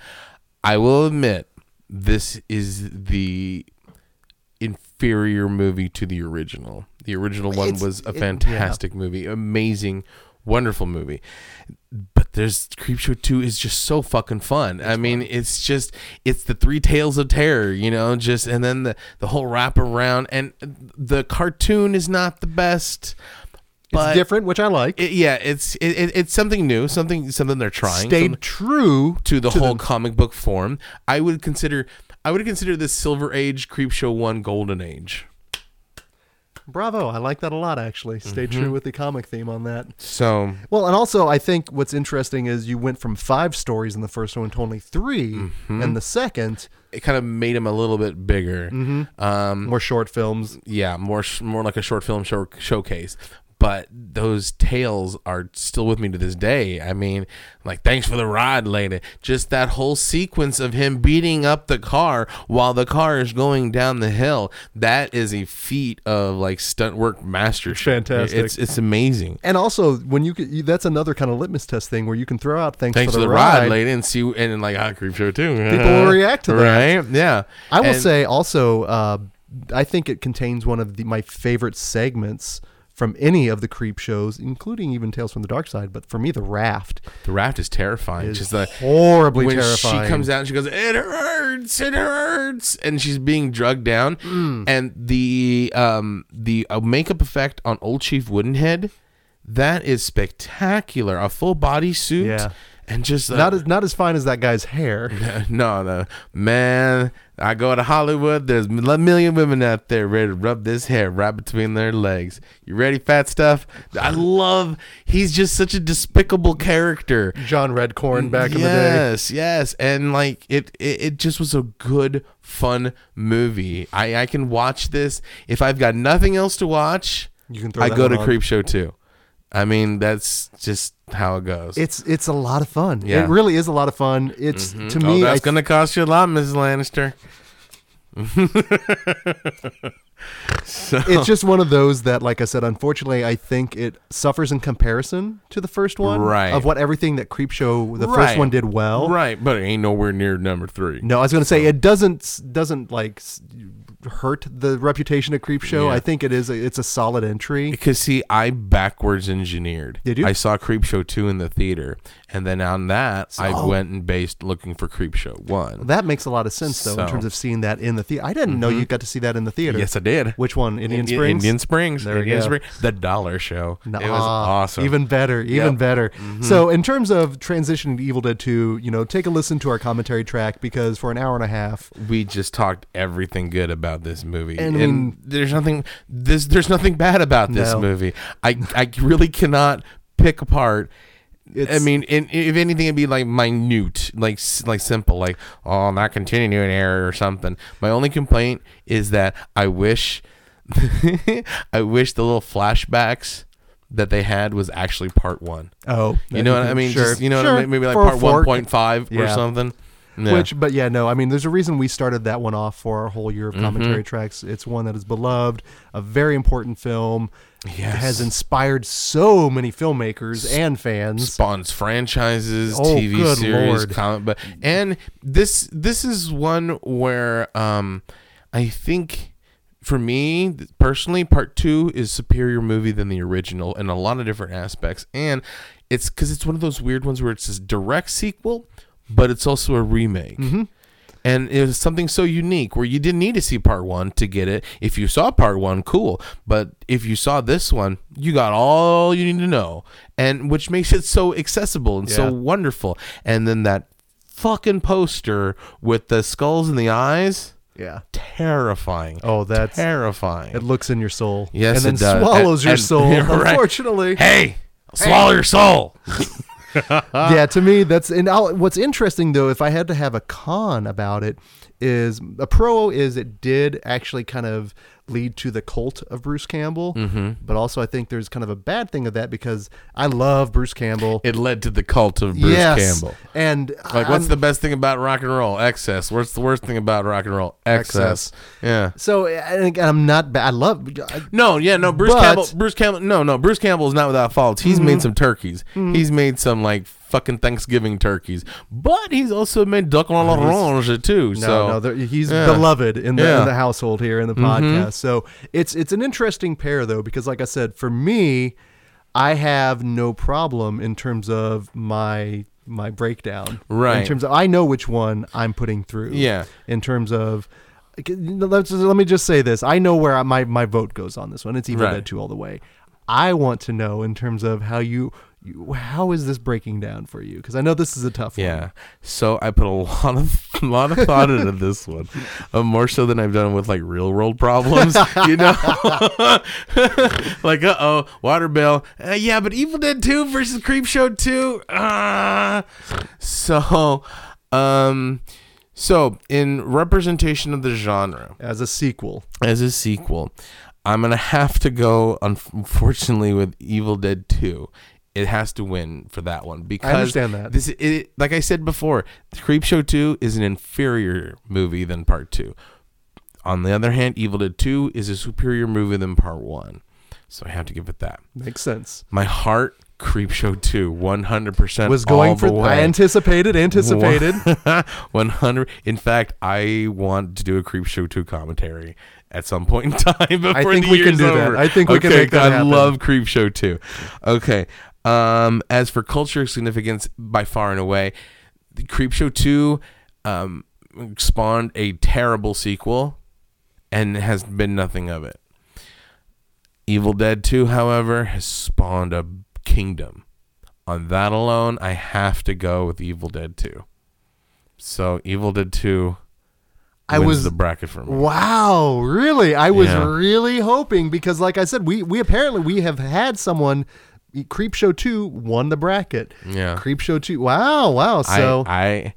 C: I will admit this is the inferior movie to the original. The original one
B: It's-
C: was a
B: it- yeah.
C: fantastic movie, amazing, wonderful movie. But there's Creepshow Two is just so fucking fun. I mean, it's just it's the three tales of terror, you know, just and then the the whole wraparound and the cartoon is not the best.
B: It's
C: But
B: different, which I like.
C: it- yeah, it's it, it, it's something new, something something they're trying. something-
B: Stayed true.
C: to the whole comic book form. I would consider I would consider this Silver Age Creepshow one golden age.
B: Bravo. I like that a lot, actually. Stayed
C: Mm-hmm.
B: true with the comic theme on that.
C: So
B: Well, and also I think what's interesting is you went from five stories in the first one to only 3
C: Mm-hmm.
B: and the second,
C: it kind of made him a little bit bigger. Um,
B: more short films.
C: yeah, more sh- more like a short film show- showcase. But those tales are still with me to this day. I mean, like thanks for the ride, lady. Just that whole sequence of him beating up the car while the car is going down the hill. That is a feat of like stunt work mastership.
B: Fantastic.
C: It's it's amazing.
B: And also, when you, could, you that's another kind of litmus test thing where you can throw out things
C: thanks
B: for
C: to
B: the,
C: the
B: ride.
C: rod lady and see and then, like ah creep show too
B: People will react to that.
C: right yeah
B: I will
C: And
B: say also, uh, I think it contains one of the, my favorite segments from any of the creep shows, including even Tales from the Dark Side. But for me, The Raft
C: The raft is terrifying.
B: is
C: Just the
B: horribly
C: when
B: terrifying.
C: she comes out and she goes, "It hurts, it hurts," and she's being drugged down,
B: Mm.
C: and the um the uh, makeup effect on Old Chief Woodenhead, that is spectacular. A full body suit,
B: Yeah.
C: and just uh,
B: not as not as fine as that guy's hair.
C: no, no, man. I go to Hollywood. There's a million women out there ready to rub this hair right between their legs. You ready, fat stuff? I love. He's just such a despicable character.
B: John Redcorn back in the day.
C: yes, yes, and like it, it, it just was a good, fun movie. I, I can watch this if I've got nothing else to watch.
B: You can throw
C: I
B: that
C: go
B: one
C: to
B: on.
C: Creep Show too. I mean, that's just how it goes.
B: It's it's a lot of fun.
C: Yeah.
B: It really is a lot of fun. It's to
C: oh,
B: me. I
C: that's gonna cost you a lot, Mrs. Lannister.
B: it's just one of those that, like I said, unfortunately, I think it suffers in comparison to the first one,
C: Right.
B: Of what everything that Creepshow the
C: Right.
B: first one did well,
C: Right, but it ain't nowhere near number three.
B: No, I was gonna say it doesn't doesn't like s- hurt the reputation of Creepshow.
C: Yeah.
B: I think it is. A, it's a solid entry.
C: Because see, I backwards engineered.
B: Did you?
C: I saw Creep Show two in the theater, and then on that
B: Oh.
C: I went and based looking for Creep Show one.
B: That makes a lot of sense, though, in
C: So. Mm-hmm.
B: terms of seeing that in the theater. I didn't know you got to see that in the theater.
C: Yes, I did.
B: Which one? Indian
C: Indi-
B: Springs.
C: Indian Springs.
B: There we
C: Indian
B: go.
C: Spring- The Dollar Show. It was
B: Nuh-uh.
C: awesome.
B: Even better, even
C: Yep. Mm-hmm.
B: better. So, in terms of transitioning to Evil Dead 2, you know, take a listen to our commentary track because for an hour and a half,
C: we just talked everything good about this movie,
B: And
C: and,
B: I mean-
C: there's nothing this there's nothing bad about this
B: No.
C: movie. I I really cannot pick apart. I
B: It's-
C: mean, in, if anything, it'd be like minute, like s- like simple, like oh, not continuing error or something. My only complaint is that I wish, I wish the little flashbacks that they had was actually part one.
B: oh,
C: You know what I mean?
B: Sure,
C: Just, you know what I
B: sure.
C: mean? Maybe like
B: For a
C: part one
B: fork,
C: point five or
B: Yeah.
C: something. Yeah.
B: Which, but yeah, no, I mean, there's a reason we started that one off for our whole year of
C: Mm-hmm.
B: commentary tracks. It's one that is beloved, a very important film.
C: Yes.
B: Has inspired so many filmmakers and fans.
C: spawns franchises,
B: Oh,
C: TV
B: good
C: series,
B: lord.
C: comic book, and this this is one where um, I think for me th- personally, part two is superior movie than the original in a lot of different aspects, and it's because it's one of those weird ones where it's this direct sequel, but it's also a remake.
B: Mm-hmm.
C: And it was something so unique where you didn't need to see part one to get it. If you saw part one, cool. But if you saw this one, you got all you need to know. And which makes it so accessible and
B: Yeah.
C: so wonderful. And then that fucking poster with the skulls and the eyes,
B: Yeah.
C: terrifying.
B: Oh, that's.
C: terrifying.
B: It looks in your soul.
C: Yes,
B: And then
C: it does.
B: swallows
C: And-
B: your
C: and-
B: soul,
C: Yeah, right.
B: unfortunately.
C: hey, swallow your soul. Uh,
B: yeah, to me, that's and I'll, what's interesting though, if I had to have a con about it, is a pro is it did actually kind of lead to the cult of Bruce Campbell,
C: Mm-hmm.
B: but also I think there's kind of a bad thing of that because I love Bruce Campbell.
C: It led to the cult of Bruce
B: yes,
C: Campbell.
B: and
C: Like, what's
B: I'm-
C: the best thing about rock and roll? Excess. What's the worst thing about rock and roll? Excess.
B: Excess.
C: Yeah.
B: so and again, I'm not bad. I love I-
C: No, yeah, no. Bruce
B: But-
C: Campbell. Bruce Campbell. No, no. Bruce Campbell is not without faults. He's made some turkeys. He's made some like fucking Thanksgiving turkeys. But he's also made duck en la l'orange too.
B: No,
C: so
B: no, there- he's
C: yeah.
B: beloved in the,
C: Yeah. Mm-hmm.
B: in the household here in the podcast. So it's it's an interesting pair though, because like I said, for me, I have no problem in terms of my my breakdown. In
C: Right.
B: terms of I know which one I'm putting through.
C: Yeah.
B: In terms of. Let's just, let me just say this. I know where I, my, my vote goes on this one. It's Evil
C: Right.
B: Dead 2 all the way. I want to know in terms of how you, you how is this breaking down for you? Because I know this is a tough one.
C: Yeah. So I put a lot of a lot of thought into this one, uh, more so than I've done with like real world problems. You know, like uh oh, water bill. Uh, yeah, but Evil Dead Two versus Creep Show Two. Ah. so, um, so in representation of the genre,
B: As a sequel.
C: as a sequel. I'm gonna have to go, unfortunately, with Evil Dead Two. It has to win for that one because
B: understand that.
C: This, it, like I said before, Creepshow Two is an inferior movie than Part Two. On the other hand, Evil Dead Two is a superior movie than Part One, so I have to give it that.
B: Makes sense.
C: My heart Creepshow 2, 100%
B: was going
C: all
B: for
C: the way.
B: I anticipated, anticipated.
C: 100 in fact i want to do a creep show 2 commentary at some point in time before
B: think
C: the
B: we can
C: year's
B: do that.
C: over.
B: I think we can
C: Okay,
B: make that
C: i
B: happen.
C: love creep show 2 okay um as for culture significance by far and away the creep show 2 um spawned a terrible sequel and has been nothing of it Evil Dead 2, however, has spawned a kingdom. On that alone, I have to go with Evil Dead 2. So Evil Dead 2
B: I
C: wins
B: was-
C: the bracket for me.
B: Wow, really? I was
C: Yeah.
B: really hoping because, like I said, we we apparently we have had someone. Creepshow two won the bracket.
C: Yeah.
B: Creepshow two. Wow, wow. So
C: I,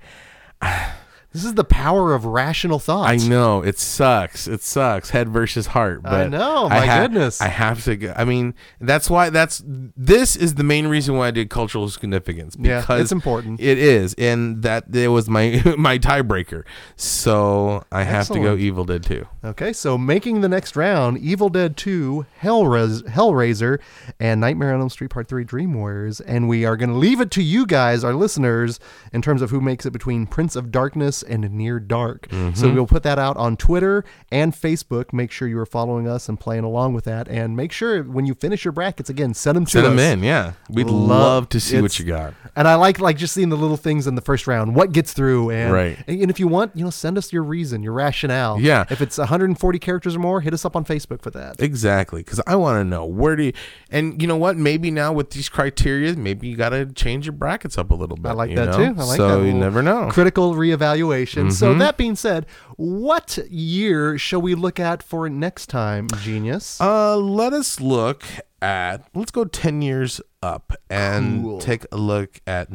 B: this is the power of rational thought.
C: I I know it sucks. It sucks. Head versus heart. But
B: know, my goodness.
C: I have to. Go, I mean, that's why. That's this is the main reason why I did cultural significance.
B: Yeah,
C: Because
B: it's important.
C: It is, and that it was my my tiebreaker. So I have to go
B: Excellent.
C: Evil Dead 2.
B: Okay, so making the next round, Evil Dead 2, Hellrais- Hellraiser, and Nightmare on Elm Street Part 3 Dream Warriors. And we are going to leave it to you guys, our listeners, in terms of who makes it between Prince of Darkness and Near Dark. So
C: Mm-hmm.
B: we'll put that out on Twitter and Facebook. Make sure you are following us and playing along with that. And make sure when you finish your brackets, again, send them to
C: Send
B: us.
C: them in, yeah. We'd love, to see what
B: it's-
C: you got.
B: And I like like just seeing the little things in the first round, what gets through, and
C: Right.
B: And if you want, you know, send us your reason, your rationale.
C: Yeah.
B: If it's 140 characters or more, hit us up on Facebook for that.
C: Exactly, because I want to know where do you, and you know what? Maybe now with these criteria, maybe you got to change your brackets up a little bit.
B: I like
C: you
B: that
C: know?
B: too. I like
C: so
B: that.
C: you
B: little
C: never know. Mm-hmm.
B: Critical reevaluation. So that being said, what year shall we look at for next time, genius?
C: Uh, let us look at. Let's go ten years up and
B: Cool.
C: take a look at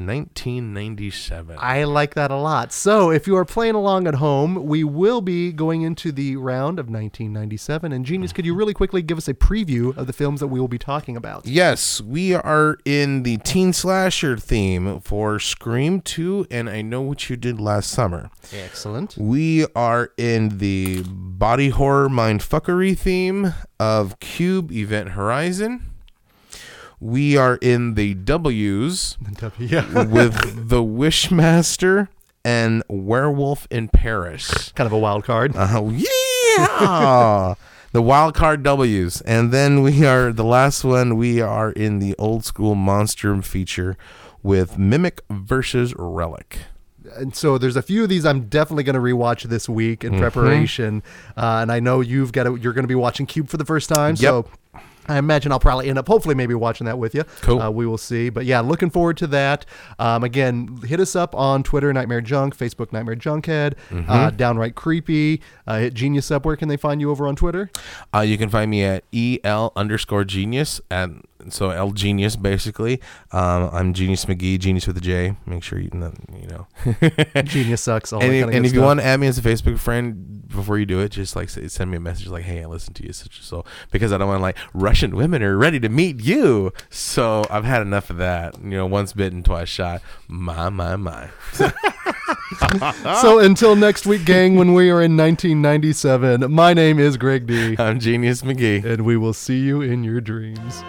C: 1997.
B: I like that a lot. So, if you are playing along at home, we will be going into the round of 1997. And, Genius, could you really quickly give us a preview of the films that we will be talking about?
C: Yes, we are in the teen slasher theme for Scream 2 and I Know What You Did Last Summer.
B: Excellent.
C: We are in the body horror mindfuckery theme of Cube Event Horizon. We are in the W's
B: Yeah.
C: with the Wishmaster and Werewolf in Paris.
B: kind of a wild card.
C: Oh yeah. the wild card W's. And then we are the last one, we are in the old school monster feature with Mimic versus Relic.
B: and so there's a few of these I'm definitely going to rewatch this week in preparation. Uh, and I know you've got to, you're going to be watching Cube for the first time. So I imagine I'll probably end up hopefully maybe watching that with you.
C: Cool.
B: Uh, we will see. But yeah, looking forward to that. Um, again, hit us up on Twitter, Nightmare Junk, Facebook, Nightmare Junkhead, uh, Downright Creepy. Uh, hit Genius up. Where can they find you over on Twitter?
C: Uh, you can find me at el underscore genius and so l genius basically. Um, I'm Genius McGee, Genius with a J. Make sure you know. You know.
B: Genius sucks. All
C: and
B: Oh, that
C: if,
B: kind of
C: and
B: good
C: if you
B: stuff.
C: want to add me as a Facebook friend before you do it, just like say, send me a message like, "Hey, I listened to you such and so," because I don't want like Russian women are ready to meet you. So I've had enough of that. You know, once bitten, twice shot. My my my.
B: So until next week, gang, when we are in 1997, my name is Greg D.
C: I'm Genius McGee.
B: and we will see you in your dreams.